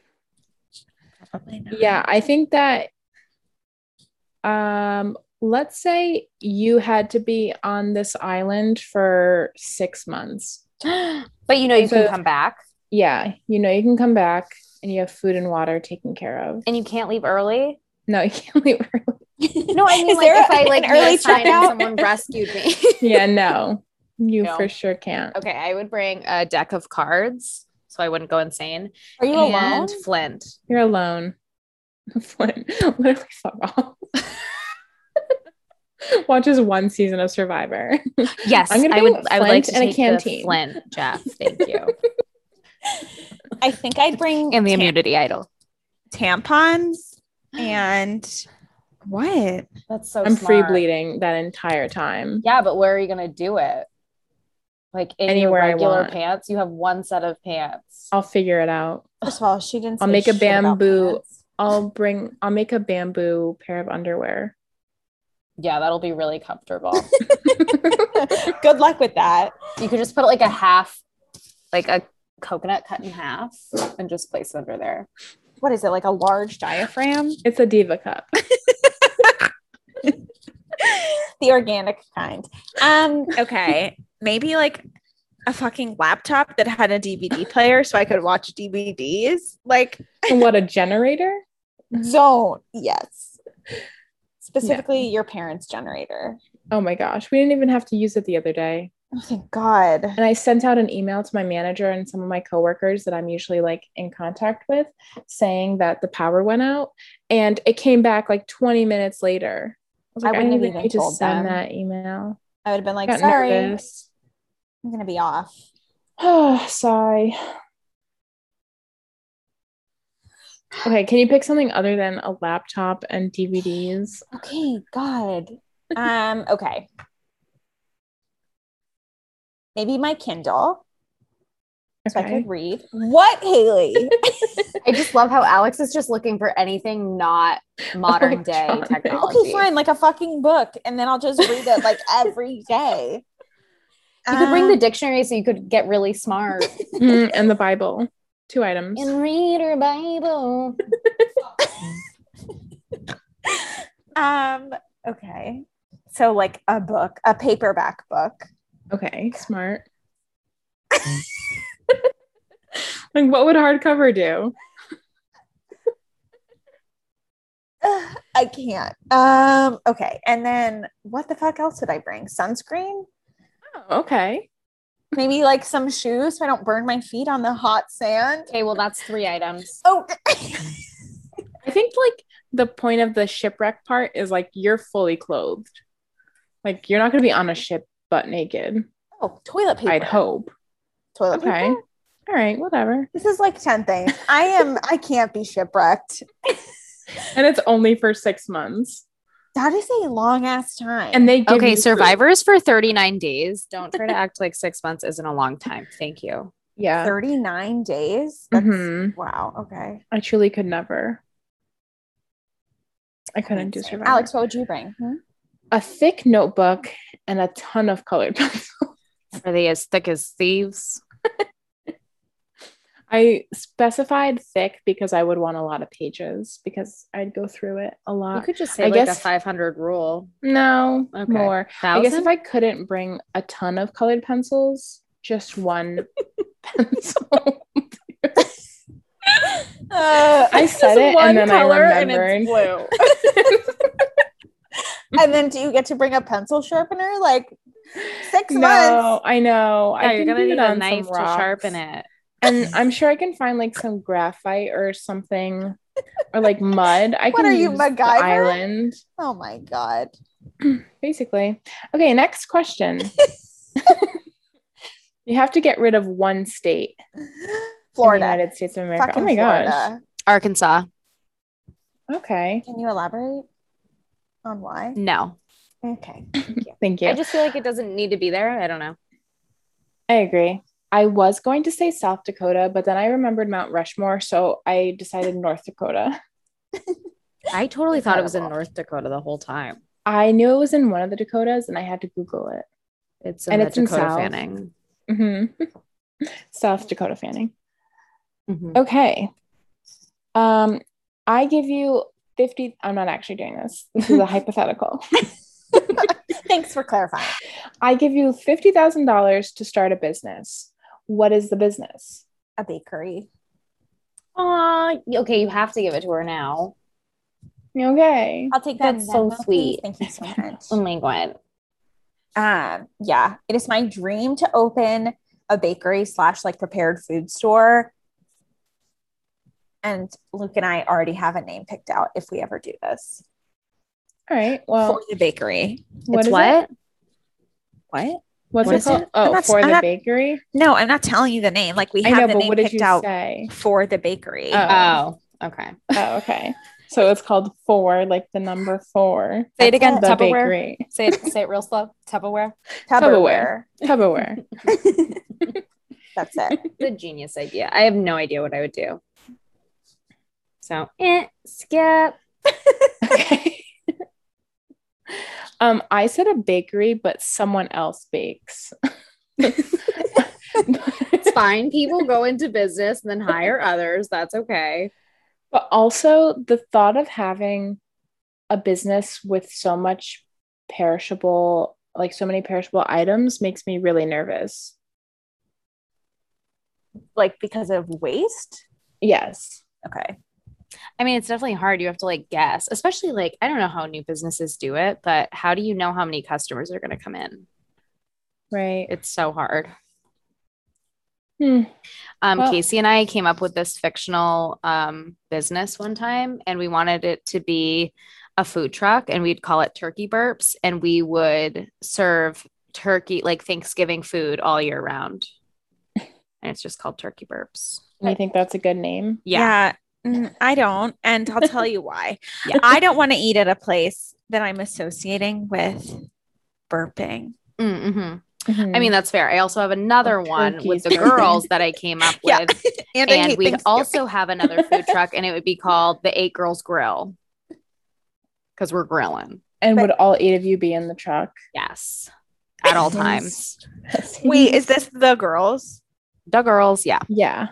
S1: Probably not. <laughs>
S2: Yeah, I think that um let's say you had to be on this island for 6 months.
S3: but you know, you can
S2: So-
S3: come back,
S2: Yeah, you know you can come back and you have food and water taken care of.
S3: and you can't leave early.
S2: No, <laughs> you can't leave early.
S3: No, I
S1: <laughs>
S3: mean,
S1: Is
S3: like
S1: there
S3: if I
S1: an
S3: like made
S1: early
S3: a sign
S1: checkout?
S3: and someone rescued me.
S2: Yeah, no. You
S3: No.
S2: for sure can't.
S3: okay, I would bring a deck of cards so I wouldn't go insane.
S1: Are you alone?
S3: and Flint.
S2: You're alone. <laughs> Flynn, literally fuck off. <laughs> Watches one season of Survivor.
S3: Yes,
S2: I'm gonna
S3: I
S2: bring
S3: would. I would like to
S2: Flint and a
S3: take
S2: canteen.
S3: the Flint, <laughs> Jeff. Thank you.
S1: I think I'd <laughs> bring
S3: and the
S1: tam-
S3: immunity idol.
S1: tampons and what?
S3: That's so.
S2: I'm free bleeding that entire time.
S3: Yeah, but where are you gonna do it? Like in
S2: Anywhere
S3: your
S2: I
S3: regular
S2: want.
S3: pants, you have one set of pants.
S2: I'll figure it out.
S1: First of all, she didn't.
S2: I'll
S1: say
S2: make a
S1: shit about
S2: bamboo-
S1: pants.
S2: I'll bring I'll make a bamboo pair of underwear.
S3: Yeah, that'll be really <laughs> comfortable.
S1: <laughs> Good luck with that.
S3: you could just put like a half, like a coconut cut in half, and just place it under there.
S1: What is it like? A large <laughs> diaphragm?
S2: It's a diva cup. <laughs>
S1: the organic kind. Um. Okay. Maybe like a fucking laptop that had a DVD player, so I could watch DVDs. Like
S2: what a generator?
S1: zone. Yes. Specifically, your parents' generator.
S2: Oh my gosh. We didn't even have to use it the other day.
S1: Oh, thank God.
S2: And I sent out an email to my manager and some of my coworkers that I'm usually like in contact with saying that the power went out and it came back like 20 minutes later. I was
S1: I
S2: like, I,
S1: wouldn't
S2: didn't
S1: have
S2: even
S1: even
S2: need to
S1: told
S2: send
S1: them.
S2: that email. <sighs>
S1: I would have been like,
S2: Got
S1: sorry,
S2: nervous.
S1: I'm gonna be off.
S2: Oh, sigh. Okay, can you pick something other than a laptop and DVDs?
S1: Okay, God. Um, okay. Maybe my Kindle so I
S2: Okay.
S1: could read. What, Haley?
S3: I just love how Alex is just looking for anything <laughs> not modern
S2: my
S3: day
S2: God.
S3: technology.
S1: okay, fine, like a fucking book, and then I'll just read it
S3: <laughs>
S1: like every day.
S3: You could bring the
S1: Um,
S3: dictionary so you could get really smart
S2: <laughs> Mm, and the Bible. Two
S3: <laughs>
S2: items.
S3: and read her Bible.
S1: um, okay. So like a book, a paperback book. <sighs> <laughs>
S2: Okay, smart. <laughs> like, what would hardcover do?
S1: Ugh, I can't. Um, okay. And then what the fuck else would I bring? Sunscreen?
S2: Oh, okay.
S1: Maybe like some shoes so I don't burn my feet on the hot sand.
S3: Okay, well that's three items.
S1: Oh, <laughs>
S2: I think like the point of the shipwreck part is like you're fully clothed. Like you're not gonna be on a ship butt naked.
S1: oh toilet paper.
S2: I'd hope.
S1: Toilet
S2: Okay.
S1: paper.
S2: All right, whatever.
S1: This is like 10 things. I am, <laughs> I can't be shipwrecked.
S2: And it's only for six months.
S1: That is a long ass time.
S2: And they give you
S3: Okay,
S2: food.
S3: survivors for 39 days. Don't try to act like six months isn't a long time. Thank you.
S2: Yeah.
S1: 39 days? That's,
S2: Mhm.
S1: Wow. Okay.
S2: I truly could never. I couldn't do
S1: Insane.
S2: survival.
S1: Alex, what would you bring?
S2: <laughs>
S1: Hmm?
S2: a thick notebook and a ton of colored <laughs> pencils.
S4: Are they as thick as thieves?
S2: I specified thick because I would want a lot of pages because I'd go through it a
S4: You
S2: lot.
S4: could just say
S2: Uh, I
S4: like
S2: guess-
S4: the 500 rule.
S2: no,
S4: Okay.
S2: more. I guess if
S4: Thousand?
S2: I couldn't bring a ton of colored pencils, just <laughs> one pencil. <laughs> I said it and then I remembered.
S4: blue.
S1: <laughs> and then do you get to bring a pencil sharpener? Like six
S2: No,
S1: months.
S2: I know.
S4: Yeah,
S2: I
S4: you're
S2: can
S4: gonna
S2: do
S4: need
S2: it
S4: a
S2: on
S4: knife
S2: some
S4: to
S2: rocks.
S4: sharpen
S2: <laughs>
S4: it.
S2: and I'm sure I can find like some graphite or something, or like mud. I
S1: What
S2: can
S1: are you,
S2: use the
S1: MacGyver?
S2: island,
S1: Oh my god.
S2: basically. Okay, next <laughs> question. you have to get rid of one state in the
S1: Florida.
S2: United States of America.
S1: Fucking
S2: oh my gosh.
S1: Florida.
S4: Arkansas.
S2: Okay,
S1: Can you elaborate on why?
S4: No.
S1: Okay.
S2: thank you.
S3: I just feel like it doesn't need to be there. I don't know.
S2: I agree. I was going to say South Dakota, but then I remembered Mount Rushmore, so I decided North Dakota.
S3: I totally thought it was in
S1: Incredible.
S3: North Dakota the whole time.
S2: I knew it was in one of the Dakotas, and I had to Google it.
S3: It's in
S2: And
S3: the
S2: it's in
S3: Dakota
S2: South.
S3: Fanning.
S2: Mm-hmm. <laughs> South Dakota Fanning. Mm-hmm.
S3: Mhm.
S2: Okay. Um, I give you 50. I'm not actually doing this.
S1: <laughs>
S2: This is a hypothetical.
S1: <laughs> Thanks for clarifying.
S2: I give you $50,000 to start a business. What is the business?
S1: A bakery.
S3: Aw, okay, you have to give it to her now.
S2: Okay.
S1: I'll take that.
S3: That's
S1: on
S3: so
S1: Venmo, please.
S3: sweet.
S1: Thank you
S2: <laughs>
S1: so much.
S3: Oh my god.
S1: Um, yeah, it is my dream to open a bakery slash like prepared food store. And Luke and I already have a name picked out if we ever do this
S2: All right. Well,
S1: for the bakery.
S2: what
S3: it's
S2: is it?
S3: what?
S1: What?
S2: What's
S1: What
S2: it
S1: is
S2: called?
S1: it? I'm
S2: Oh,
S1: not-
S2: for
S1: I'm
S2: the
S1: not-
S2: bakery.
S1: No, I'm not telling you the name. Like we
S2: I
S1: have
S2: know,
S1: the
S2: but
S1: name
S2: what did
S1: picked
S2: you
S1: out
S2: say?
S1: for the bakery.
S2: Oh.
S3: Oh, okay.
S2: Oh, okay. So it's called four, like the number four.
S3: Say it again,
S2: The
S3: Uh, Tupperware.
S2: bakery.
S3: Say it say it real slow. Tupperware.
S1: Tupperware.
S2: Tupperware. <laughs>
S1: That's it.
S3: the genius idea. I have no idea what I would do. So eh, skip.
S2: okay. um, I said a bakery, but someone else bakes.
S3: It's fine. People go into business and then hire others. That's okay.
S2: but also the thought of having a business with so much perishable, like so many perishable items makes me really nervous.
S1: Like because of waste.
S2: Yes.
S1: Okay.
S3: I mean, it's definitely hard. You have to like guess, especially like I don't know how new businesses do it, but how do you know how many customers are going to come in?
S2: Right.
S3: It's so hard.
S2: Hmm.
S3: Um,
S2: Well-
S3: Casey and I came up with this fictional um, business one time, and we wanted it to be a food truck, and we'd call it Turkey Burps, and we would serve turkey like Thanksgiving food all year
S2: <laughs>
S3: round, and it's just called Turkey Burps.
S2: I think that's a good name.
S3: Yeah,
S1: Mm, I don't. And I'll tell you <laughs> why.
S3: Yeah.
S1: I don't want to eat at a place that I'm associating with <laughs> burping.
S3: Mm, mhm.
S2: Mm-hmm.
S3: I mean that's fair. I also have another
S2: Of
S3: one with the
S2: turkeys.
S3: girls that
S2: <laughs>
S3: I came up
S1: Yeah.
S3: with, and we also have another food truck, and it would be called the Eight Girls Grill because we're grilling.
S2: and would all eight of you be in the truck? <laughs>
S3: Yes. At all
S2: Yes.
S3: times.
S1: Wait, is this the girls?
S3: The girls, yeah.
S2: Yeah.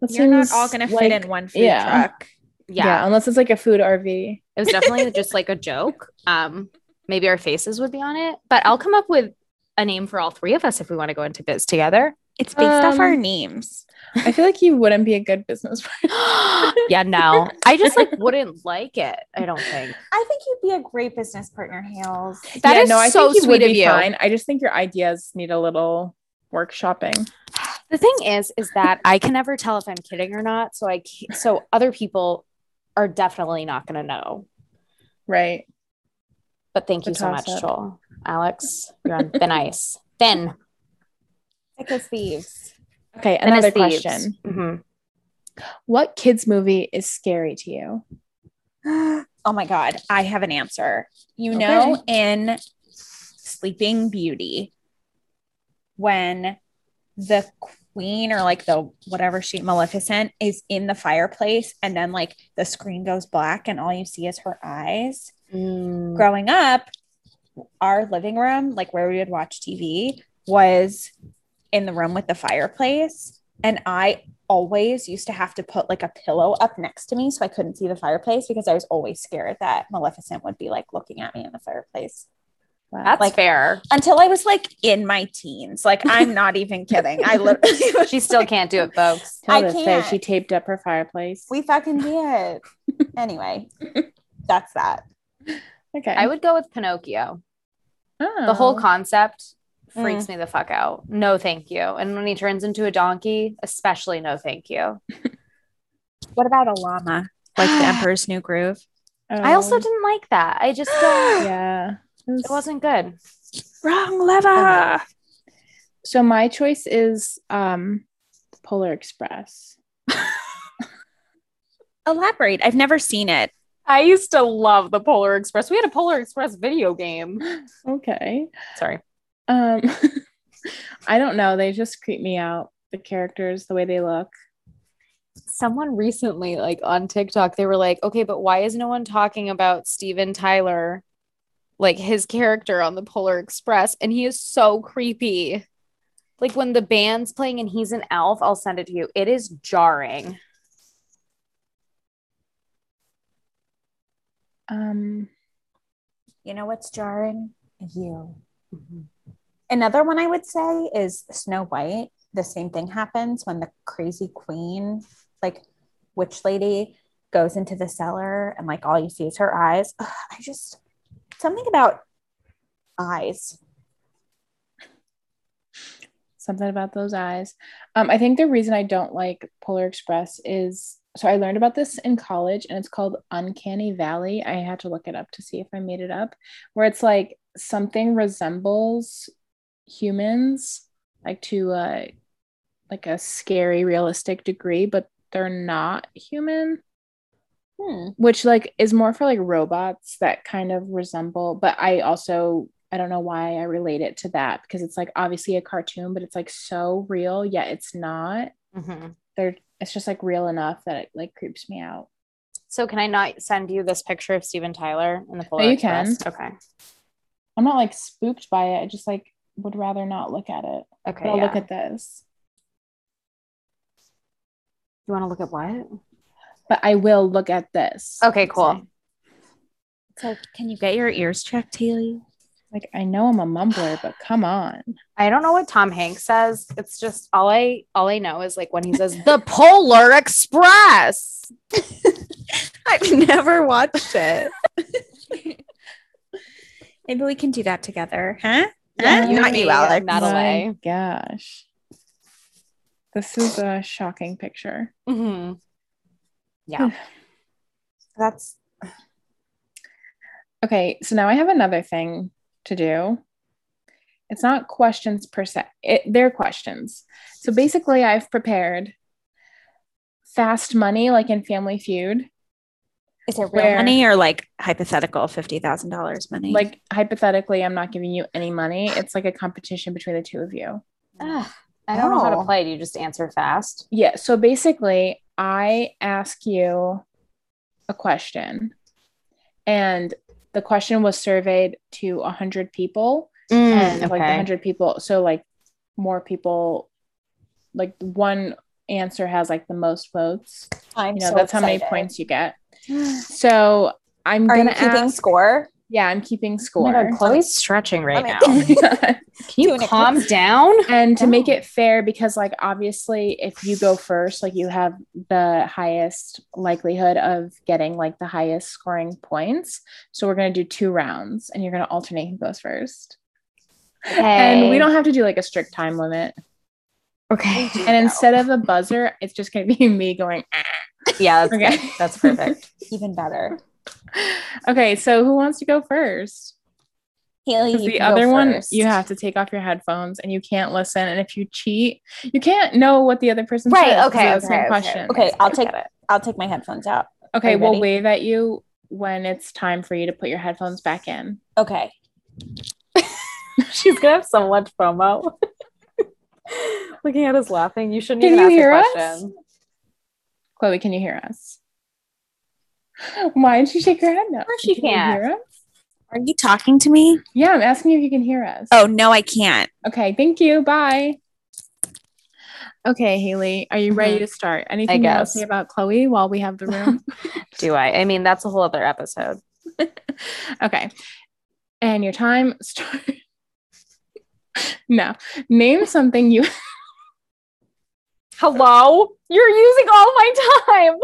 S2: That
S1: You're not
S2: seems
S1: all going to fit
S2: like-
S1: in one food
S2: yeah.
S1: truck.
S3: yeah.
S2: Yeah. unless it's like a food RV.
S3: It was definitely <laughs> just like a joke. Um, maybe our faces would be on it, but I'll come up with a name for all three of us if we want to go into biz <gasps> together.
S1: It's based off our
S2: Um,
S1: names.
S2: I feel like you wouldn't be a good business <laughs> person.
S3: yeah, no. I just like wouldn't like it, I don't think.
S1: I think you'd be a great business partner, Hales.
S3: That is so
S2: you would
S3: sweet of
S2: be
S3: you.
S2: Fine. I just think your ideas need a little workshopping.
S3: The thing is, is that I can never tell if I'm kidding or not. So I ca- so other people are definitely not gonna know.
S2: Right.
S3: But thank
S2: The
S3: you so much,
S2: toss-up.
S3: Joel. Alex, you're on thin ice. <laughs> Thin.
S1: Because thieves.
S2: Okay,
S3: Thin as
S2: another
S3: thieves.
S2: question.
S3: Mhm.
S2: What kids movie is scary to you?
S1: oh my God. I have an answer. You know, in Sleeping Beauty, when the queen or like the whatever she Maleficent is in the fireplace and then like the screen goes black and all you see is her eyes.
S3: Mm.
S1: Growing up, our living room, like where we would watch TV, was in the room with the fireplace and I always used to have to put like a pillow up next to me so I couldn't see the fireplace because I was always scared that Maleficent would be like looking at me in the fireplace
S3: That's
S1: Like-
S3: <laughs> fair.
S1: until I was like in my teens. Like <laughs> I'm not even kidding. I literally <laughs> was
S3: She still can't do it, folks.
S2: Tell
S1: I
S2: this
S1: can't.
S2: she taped up her fireplace.
S1: we fucking did. Anyway, that's that.
S2: okay.
S3: I would go with Pinocchio.
S2: Oh.
S3: The whole concept freaks me the fuck out. No, thank you. And when he turns into a donkey, especially no, thank you.
S1: What about a llama? Like <sighs> the Emperor's New Groove.
S3: I also
S2: Oh,
S3: didn't like that. I just don't. <gasps>
S2: yeah.
S3: It wasn't good.
S1: Wrong lever.
S2: So my choice is um Polar Express.
S1: Elaborate. I've never seen it.
S3: I used to love the Polar Express. We had a Polar Express video game.
S2: Okay.
S3: Sorry.
S2: Um <laughs> I don't know, they just creep me out. The characters, the way they look.
S3: Someone recently, like on TikTok, they were like, okay, but why is no one talking about Steven Tyler, like his character on the Polar Express? And he is so creepy. Like when the band's playing and he's an elf, I'll send it to you. It is jarring.
S2: Um
S1: You know what's jarring? You. Mm-hmm. Another one I would say is Snow White. The same thing happens when the crazy queen, like witch lady, goes into the cellar and like all you see is her eyes. Ugh, I just something about eyes.
S2: something about those eyes. Um, I think the reason I don't like Polar Express is so I learned about this in college and it's called Uncanny Valley. I had to look it up to see if I made it up, where it's like something resembles humans, like to uh, like a scary, realistic degree, but they're not human
S1: Hmm.
S2: which like is more for like robots that kind of resemble but i also i don't know why i relate it to that because it's like obviously a cartoon but it's like so real yet it's not
S3: Mm-hmm.
S2: they're it's just like real enough that it like creeps me out
S3: So can I not send you this picture of Steven Tyler in the Polar
S2: you
S3: Express? Okay.
S2: i'm not like spooked by it i just like would rather not look at it
S3: Okay.
S2: but i'll
S3: yeah.
S2: look at this
S3: you want to look at what?
S2: but i will look at this
S3: Okay, cool.
S1: It's like, can you get your ears checked, Haley?
S2: like i know i'm a mumbler but
S3: <sighs>
S2: come on
S3: I don't know what Tom Hanks says. It's just all I all I know is like when he says the Polar Express.
S1: <laughs> I've never watched it. <laughs> Maybe we can do that together, huh?
S3: Yeah,
S1: Huh?
S3: you
S1: Not
S3: and
S1: you,
S3: me,
S1: Alex.
S3: Madeline.
S2: My
S3: away.
S2: gosh this is a shocking picture
S3: Mhm. Yeah.
S1: That's
S2: Okay, so now I have another thing to do. It's not questions per se, it, they're questions. So basically, I've prepared fast money, like in Family Feud,
S1: is it real
S2: Where-
S1: money or like hypothetical fifty thousand dollars money?
S2: like hypothetically, I'm not giving you any money. It's like a competition between the two of you.
S3: <laughs> Ugh, I don't know how
S1: Oh.
S3: to play. Do you just answer fast?
S2: Yeah, so basically, I ask you a question, and the question was surveyed to 100 people.
S1: Mm,
S2: and like
S3: Mm, <gasps>
S2: the
S3: okay.
S2: 100 people so like more people like one answer has like the most votes
S1: I'm
S2: you know
S1: so
S2: that's how many
S1: excited.
S2: points you get so i'm
S1: Are you
S2: gonna
S1: keeping
S2: ask
S1: score?
S2: yeah i'm keeping
S3: Oh
S2: score
S3: my God, Chloe's stretching right now.
S1: Let me-
S2: <laughs>
S3: Can
S1: doing
S3: you
S1: it.
S3: calm down?
S2: and to make
S1: Oh.
S2: it fair because like obviously if you go first like you have the highest likelihood of getting like the highest scoring points so we're going to do two rounds and you're going to alternate who goes first and we don't have to do like a strict time limit
S3: Okay.
S2: And instead of a buzzer, it's just going to <laughs> be me going. "Ah."
S3: <laughs> Yeah. That's
S2: Okay.
S3: good.
S1: <laughs>
S3: That's perfect.
S1: even better.
S2: Okay, so who wants to go first?
S1: Haley,
S2: 'Cause
S1: you
S2: the
S1: can go
S2: other one,
S1: first.
S2: you have to take off your headphones and you can't listen. And if you cheat, you can't know what the other person
S3: Right,
S2: says. 'cause
S3: okay,
S2: they're asking
S3: okay, okay,
S2: questions.
S1: Okay, I'll take
S3: Get it.
S1: I'll take my headphones out.
S2: Okay,
S1: you
S2: we'll
S1: ready?
S2: wave at you when it's time for you to put your headphones back in.
S1: Okay.
S3: She's gonna have so much promo. Looking at us laughing. You shouldn't
S2: Can
S3: even
S2: you
S3: ask
S2: hear
S3: a
S2: us?
S3: question.
S2: Chloe, can you hear us? Why did she shake her head? No,
S3: course she
S2: you
S3: can't.
S2: hear us?
S1: Are you talking to me?
S2: Yeah, I'm asking you if you can hear us.
S1: Oh, no, I can't.
S2: okay. Thank you. Bye. Okay, Haley, are you ready
S3: Mhm.
S2: to start? Anything you want to
S3: guess.
S2: say about Chloe while we have the <laughs> room?
S3: Do I? I mean, that's a whole other episode.
S2: okay, and your time starts. <laughs> no, name something you <laughs>
S3: Hello? You're using all my time.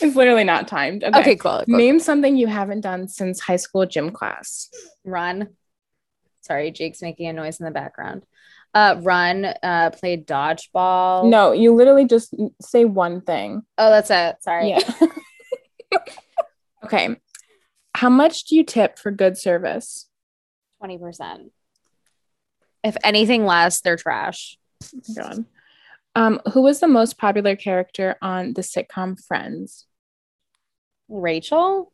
S2: it's literally not timed.
S3: <laughs>
S2: Okay.
S3: Okay, cool. cool.
S2: Name something you haven't done since high school gym class.
S3: Run. Sorry, Jake's making a noise in the background. Uh, run. Uh, played dodgeball.
S2: No, you literally just say one thing.
S3: Oh, that's it. Sorry.
S2: Yeah. <laughs> okay. How much do you tip for good service?
S3: Twenty percent. If anything less, they're trash.
S2: Oh my God. Um, who was the most popular character on the sitcom Friends?
S3: Rachel.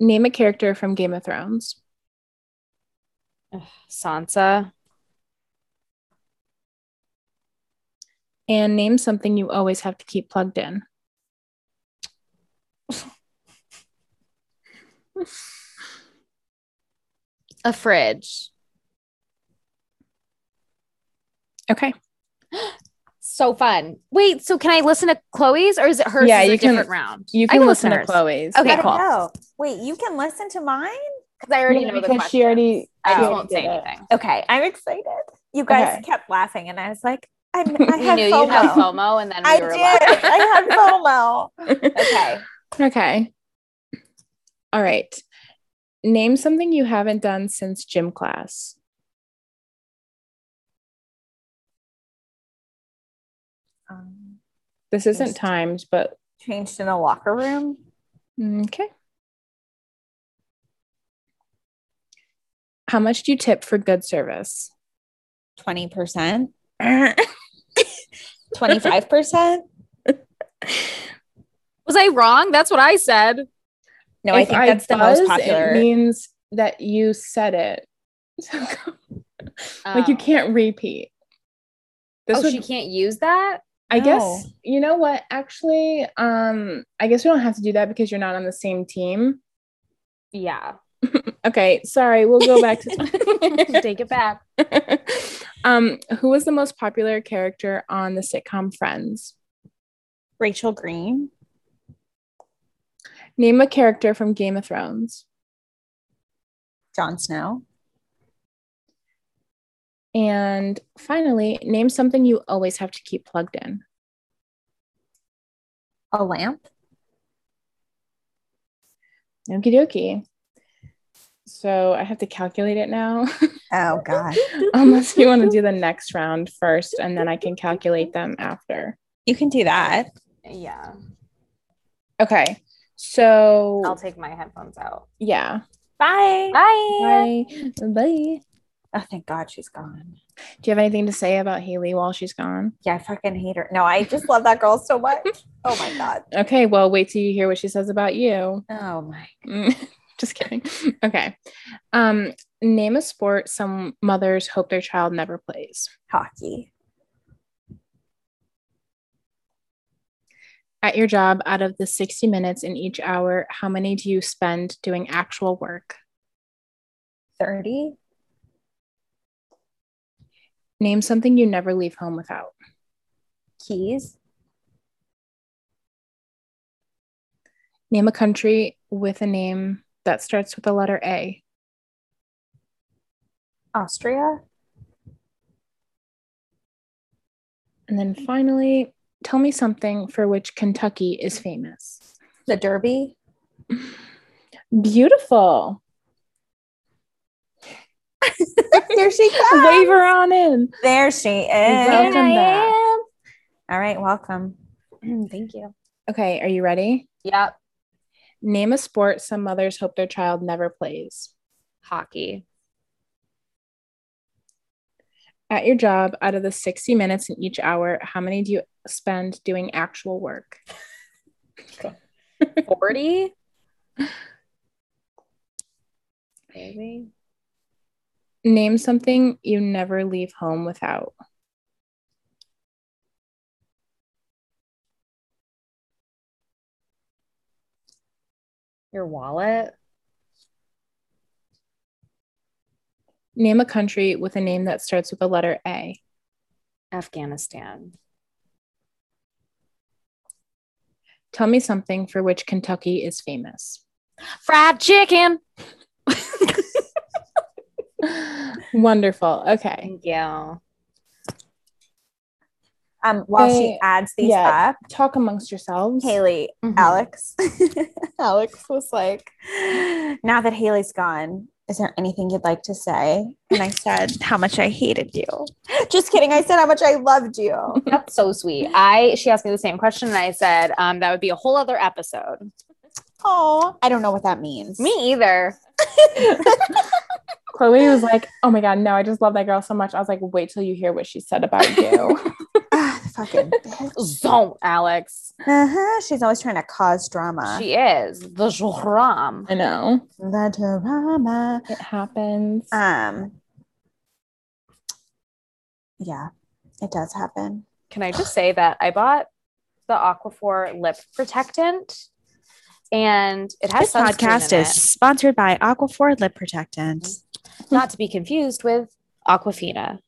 S2: Name a character from Game of Thrones.
S3: Sansa.
S2: And name something you always have to keep plugged in.
S3: A fridge.
S2: Okay.
S3: So fun. Wait, so can I listen to Chloe's or is it hers?
S2: Yeah,
S3: is a
S2: you can-
S3: different round.
S2: You
S3: I
S2: can, listen to
S3: hers.
S2: Chloe's.
S3: Okay,
S1: I don't
S3: cool.
S1: know. Wait, you can listen to mine?
S3: Because I already
S2: Yeah,
S3: know the
S2: because she
S3: questions.
S2: already-
S3: I
S2: she
S3: just
S2: already
S3: won't say
S2: did it.
S3: anything.
S1: Okay, I'm excited. You guys
S2: Okay.
S1: kept laughing, and I was like,
S3: <laughs>
S1: I'm, I
S3: We
S1: have
S3: knew you had
S1: FOMO.
S3: FOMO, and then we
S1: I
S3: were
S1: did. I
S3: like,
S1: had FOMO.
S3: <laughs>
S1: Okay.
S2: Okay. All right. Name something you haven't done since gym class.
S1: Um,
S2: This isn't
S1: Just-
S2: timed, but
S1: changed in a locker room.
S2: okay. How much do you tip for good service? <laughs>
S1: 20%, 25%.
S3: "Was I wrong? That's what I said."
S1: No, I
S2: If
S1: think that's the most
S2: buzz,
S1: popular.
S2: It means that you said it. <laughs> So go- like you
S3: Oh.
S2: can't repeat. This
S3: oh,
S2: would,
S3: she can't use that.
S2: I
S1: No.
S2: guess you know what? Actually, um, I guess we don't have to do that because you're not on the same team.
S3: Yeah,
S2: <laughs> Okay, sorry, we'll go back to <laughs>
S3: take it back.
S2: um who was the most popular character on the sitcom Friends?
S1: Rachel Green,
S2: Name a character from Game of Thrones.
S1: Jon Snow,
S2: And finally, name something you always have to keep plugged in.
S1: a lamp.
S2: Okie dokie. So I have to calculate it now. <laughs>
S1: Oh, God.
S2: Unless you want to do the next round first and then I can calculate them after.
S1: You can do that.
S3: Yeah,
S2: Okay. So
S3: I'll take my headphones out.
S2: yeah.
S1: Bye.
S3: Bye.
S2: Bye. Bye.
S1: Oh, thank God she's gone.
S2: Do you have anything to say about Haley while she's gone?
S1: Yeah, I fucking hate her. No, I just love that girl so much. Oh, my God.
S2: Okay, well, wait till you hear what she says about you. <laughs>
S1: Oh, my.
S2: Mm, Just kidding. Okay. Um, name a sport some mothers hope their child never plays.
S1: Hockey.
S2: At your job, out of the 60 minutes in each hour, how many do you spend doing actual work?
S1: 30.
S2: Name something you never leave home without.
S1: Keys.
S2: Name a country with a name that starts with the letter A.
S1: Austria.
S2: And then finally, tell me something for which Kentucky is famous.
S1: The
S2: <laughs>
S1: Derby.
S2: Beautiful.
S1: Here <laughs> she comes.
S2: Wave her on in.
S1: There she is.
S2: Welcome back.
S1: All right, welcome.
S2: <clears throat>
S3: Thank you.
S2: Okay, are you ready?
S3: Yep,
S2: Name a sport some mothers hope their child never plays.
S1: <laughs>
S3: hockey.
S2: At your job, out of the 60 minutes in each hour, how many do you spend doing actual work?
S3: Forty. Maybe.
S2: Name something you never leave home without.
S3: Your wallet.
S2: Name a country with a name that starts with the letter A.
S3: Afghanistan.
S2: Tell me something for which Kentucky is famous.
S4: Fried chicken.
S2: Wonderful. Okay.
S3: Thank you.
S1: Um, while
S2: Hey,
S1: she adds these
S2: yeah.
S1: up,
S2: Talk amongst yourselves.
S1: Haley,
S3: Mhm.
S1: Alex, <laughs> Alex was like, "Now that Haley's gone, is there anything you'd like to say?" And I said, "How much I hated you." Just kidding. I said how much I loved you.
S3: That's so sweet. I she asked me the same question and I said um, that would be a whole other episode.
S1: Oh, I don't know what that means.
S3: Me either.
S2: Chloe was like, "Oh my god, no! I just love that girl so much." I was like, "Wait till you hear what she said about you."
S1: Ah, fucking. bitch.
S3: Zone Alex.
S1: Uh-huh. She's always trying to cause drama.
S3: She is the Joram.
S2: I know
S1: the drama.
S2: it happens.
S1: Um. Yeah, it does happen.
S3: Can I just say that I bought the Aquaphor lip protectant and it
S1: This
S3: has sunscreen
S1: podcast
S3: in
S1: is sponsored by Aquaphor Lip Protectant.
S3: it, not to be confused with Aquafina,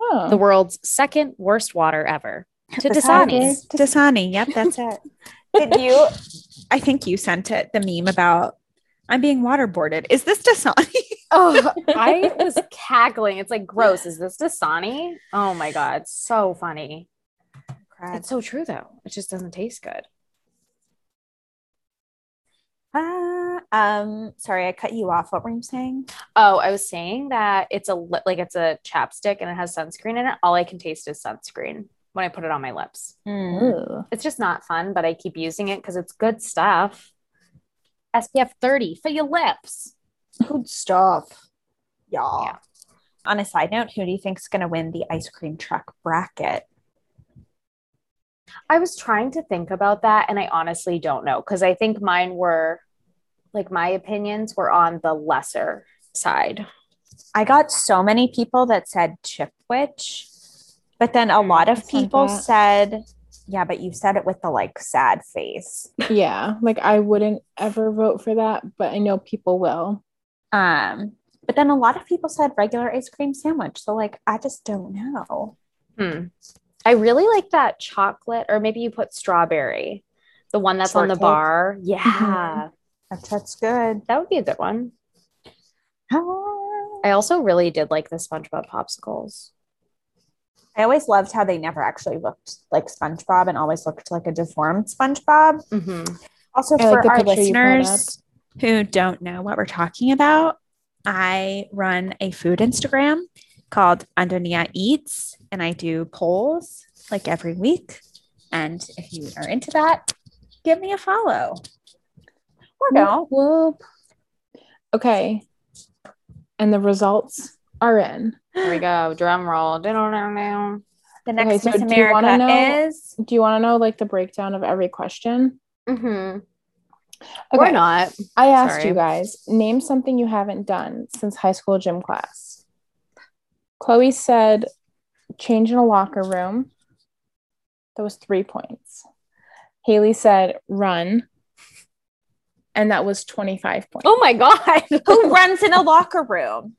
S2: oh,
S3: the world's second worst water <laughs> ever. To
S1: Dasani.
S3: Dasani's.
S1: Dasani. <laughs> Yep, that's it. Did you? I think you sent it the meme about I'm being waterboarded. Is this Dasani? <laughs>
S3: <laughs> Oh, I was cackling. It's like gross. Is this Dasani? Oh my god, so funny. It's so true though. It just doesn't taste good.
S1: Ah, um, sorry, I cut you off. What were you saying?
S3: Oh, I was saying that it's a li- like it's a chapstick and it has sunscreen in it. All I can taste is sunscreen when I put it on my lips.
S2: Ooh.
S3: It's just not fun, but I keep using it because it's good stuff. SPF 30 for your lips.
S1: Good stuff, y'all.
S3: Yeah.
S1: On a side note, who do you think's going to win the ice cream truck bracket?
S3: I was trying to think about that and I honestly don't know because I think mine were like my opinions were on the lesser side.
S1: I got so many people that said Chip Witch, but then a
S3: Hmm,
S1: lot of
S2: That's not
S1: people
S2: bad.
S1: said, yeah, but you said it with the like sad face.
S2: yeah, like I wouldn't ever vote for that, but I know people will.
S1: Um, but then a lot of people said regular ice cream sandwich. So like I just don't know.
S3: Hmm. I really like that chocolate, or maybe you put strawberry, the one that's on the
S1: Shortcake?
S3: <laughs> bar. Yeah,
S1: That, that's good.
S3: that would be a good one.
S1: I
S2: Ah.
S3: I also really did like the SpongeBob popsicles.
S1: always loved how they never actually looked like SpongeBob and always looked like a deformed SpongeBob.
S3: Mm-hmm.
S1: Also,
S2: I like
S1: for
S2: the
S1: our
S2: picture you brought
S1: listeners who don't know what we're talking about, I run a food Instagram called Andonia Eats, and I do polls like every week. And if you are into that, give me a follow. Or don't.
S2: Whoop. Okay, and the results are in.
S3: Here we go. Drum roll. Dun-dun-dun-dun.
S1: The next
S2: so
S1: Miss
S2: do you wanna
S1: America
S2: know- <laughs>
S1: is
S2: Do you want to know like the breakdown of every question?
S3: Mhm. Or not.
S2: I asked
S3: Sorry.
S2: you guys, name something you haven't done since high school gym class. Chloe said, change in a locker room. That was three points. Haley said, run. And that was 25 points.
S3: Oh my <laughs> God.
S1: who runs in a locker room.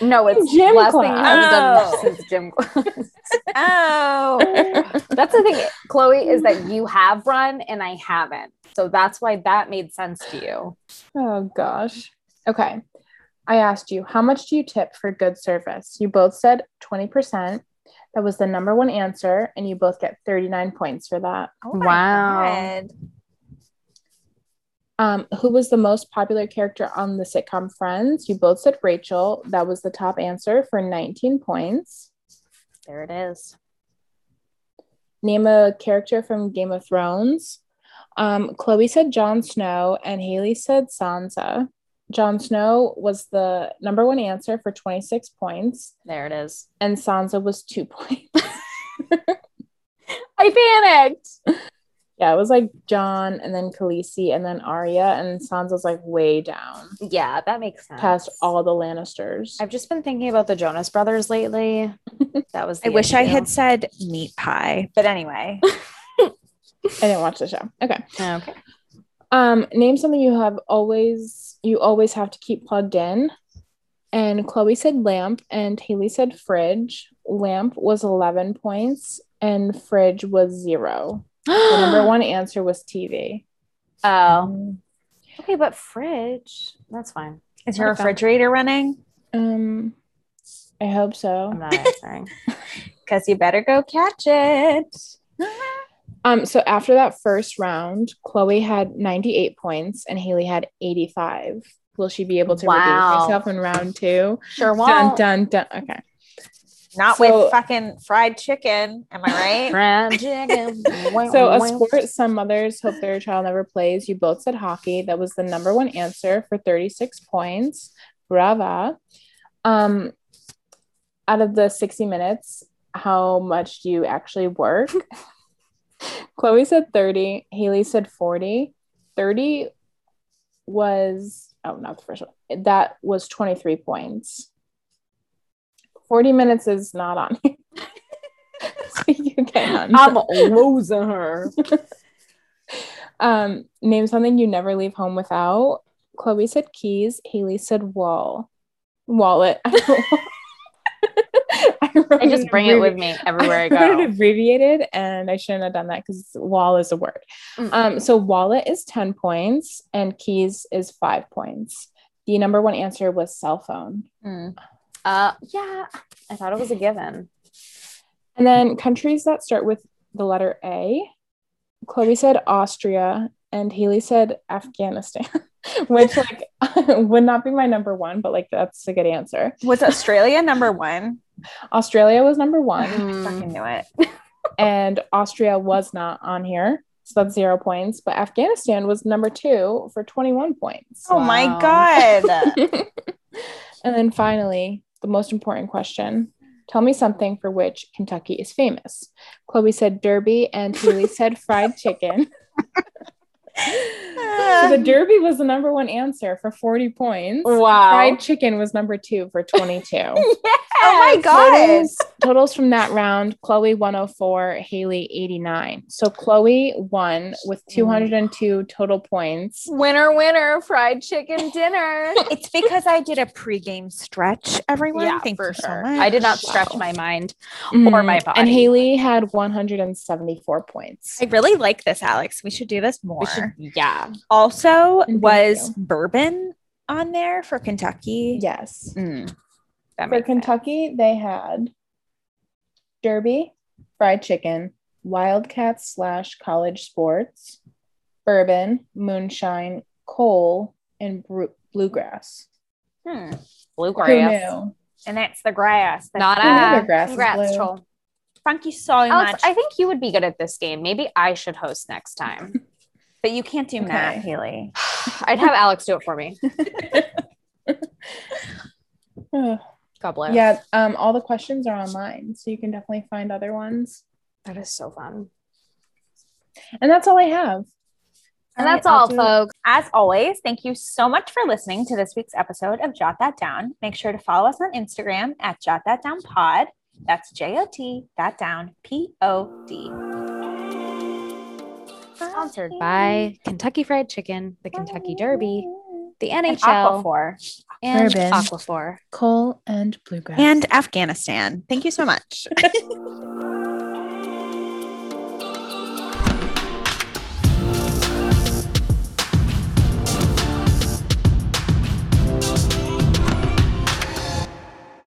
S3: no, it's
S2: Gym
S3: last thing you haven't
S2: class.
S3: done
S1: Oh.
S3: since gym class.
S1: Oh,
S3: That's the <laughs> thing, Chloe, is that you have run and I haven't. So that's why that made sense to you.
S2: Oh gosh. Okay. I asked you, how much do you tip for good service? You both said 20%. That was the number one answer. And you both get 39 points for that.
S1: Oh my
S3: Wow.
S1: God.
S2: Um, who was the most popular character on the sitcom Friends? You both said Rachel. That was the top answer for 19 points.
S3: There it is.
S2: Name a character from Game of Thrones. Um, Chloe said Jon Snow and Haley said Sansa. Jon Snow was the number one answer for 26 points,
S3: There it is.
S2: and <laughs> Sansa was two points.
S3: I panicked.
S2: Yeah, it was like John and then Khaleesi and then Arya and Sansa's like way down
S3: Yeah, that makes sense.
S2: past all the Lannisters.
S3: I've just been thinking about the Jonas Brothers <laughs> lately. That was.
S1: I
S3: the
S1: wish I had
S3: issue.
S1: said meat pie, but anyway,
S2: I didn't watch the show. Okay.
S3: <gasps> Okay.
S2: Um, name something you have always you always have to keep plugged in. And Chloe said lamp and Haley said fridge. Lamp was 11 points and fridge was 0. The <gasps> number one answer was TV.
S3: Oh. <laughs> Okay, but fridge. That's fine.
S1: is your refrigerator running?
S2: Um I hope
S3: I'm
S2: so.
S3: not answering.
S1: Because you better go catch it.
S2: Um so after that first round, Chloe had 98 points and Haley had 85. Will she be able to
S3: Wow.
S2: redeem herself in round 2?
S3: <laughs> sure
S2: Dun
S3: won't.
S2: dun dun. Okay.
S1: Not
S2: So-
S1: with fucking fried chicken. Am I right?
S3: Fried chicken. <laughs>
S2: So
S3: Wah, wah,
S2: a
S3: wah.
S2: sport some mothers hope their child never plays. You both said hockey. That was the number one answer for 36 points. Brava. Um, out of the 60 minutes, how much do you actually work? <laughs> Chloe said 30. Haley said 40. 30 was, oh, not the first one. That was 23 points. 40 minutes is not on <laughs> here. so you can.
S3: I'm losing her.
S2: Um, name something you never leave home without. Chloe said keys. Haley said wall, wallet. <laughs> I, wrote
S3: I just
S2: it
S3: bring it with
S2: abbrevi-
S3: me everywhere I <laughs>
S2: wrote it
S3: go.
S2: abbreviated, and I shouldn't have done that because wall is a word.
S3: Mm.
S2: Um, so wallet is ten points, and keys is five points. The number one answer was cell phone.
S1: Mm.
S3: Uh, yeah, I thought it was a given.
S2: And then countries that start with the letter A. Chloe said Austria and Haley said Afghanistan, <laughs> which like <laughs> would not be my number one, but like that's a good answer.
S1: Was Australia number one?
S2: Australia was number
S3: <laughs>
S2: one
S4: Hmm.
S1: Fucking knew it.
S2: and Austria was not on here. So that's zero points. But Afghanistan was number two for
S1: <laughs>
S2: 21 points.
S1: Oh my
S3: Wow.
S1: god.
S2: And then finally, the most important question. Tell me something for which Kentucky is famous. Chloe said Derby and Haley said fried chicken. <laughs> So
S1: <laughs>
S3: <laughs>
S2: the Derby was the number one answer for 40 points.
S3: Wow.
S2: Fried chicken was number two for 22.
S3: <laughs>
S1: oh my god.
S2: Totals, totals from that round Chloe 104, Haley 89. So Chloe won with 202 total points.
S3: Winner, winner, fried chicken dinner.
S1: It's because I did a pregame stretch, everyone. Thank you so much.
S3: I did not stretch my mind. Or my
S2: Mm, And
S3: body.
S2: Haley had 174 points.
S1: I really like this, Alex. We should do this more.
S3: We should, yeah.
S1: Also,
S2: And thank
S1: was
S2: you.
S1: bourbon on there for Kentucky?
S2: Yes.
S1: Mm.
S3: Hmm. That
S2: For
S3: makes sense.
S2: Kentucky, they had Derby, fried chicken, Wildcats slash college sports, bourbon, moonshine, coal, and bru- bluegrass.
S1: Hmm.
S3: Bluegrass.
S2: Who knew?
S1: And that's the grass. That's
S3: Not
S1: the
S2: knew the
S3: us.
S2: grass is
S3: Congrats,
S2: blue?
S3: Troll.
S1: Thank you so
S3: Alex,
S1: much.
S3: I think you would be good at this game. Maybe I should host
S4: <laughs>
S3: next time. <sighs>
S1: but you can't do
S2: Okay.
S1: math, Haley.
S3: I'd have Alex do it for me.
S2: Ugh.
S3: God bless.
S2: <sighs> yeah, um, all the questions are online, so you can definitely find other ones.
S3: That is so fun.
S2: And that's all I have.
S3: And
S1: All right,
S3: that's
S1: I'll
S3: all,
S1: do-
S3: folks.
S1: As always, thank you so much for listening to this week's episode of Jot That Down. Make sure to follow us on Instagram at Jot That Down Pod. That's J O T dot down P O D.
S4: Sponsored by Kentucky Fried Chicken, the Kentucky Derby, the
S1: and
S4: NHL,
S1: Aquaphor
S4: and
S2: Bourbon.
S4: Aquaphor.
S2: Coal and bluegrass.
S1: and Afghanistan. Thank you so much.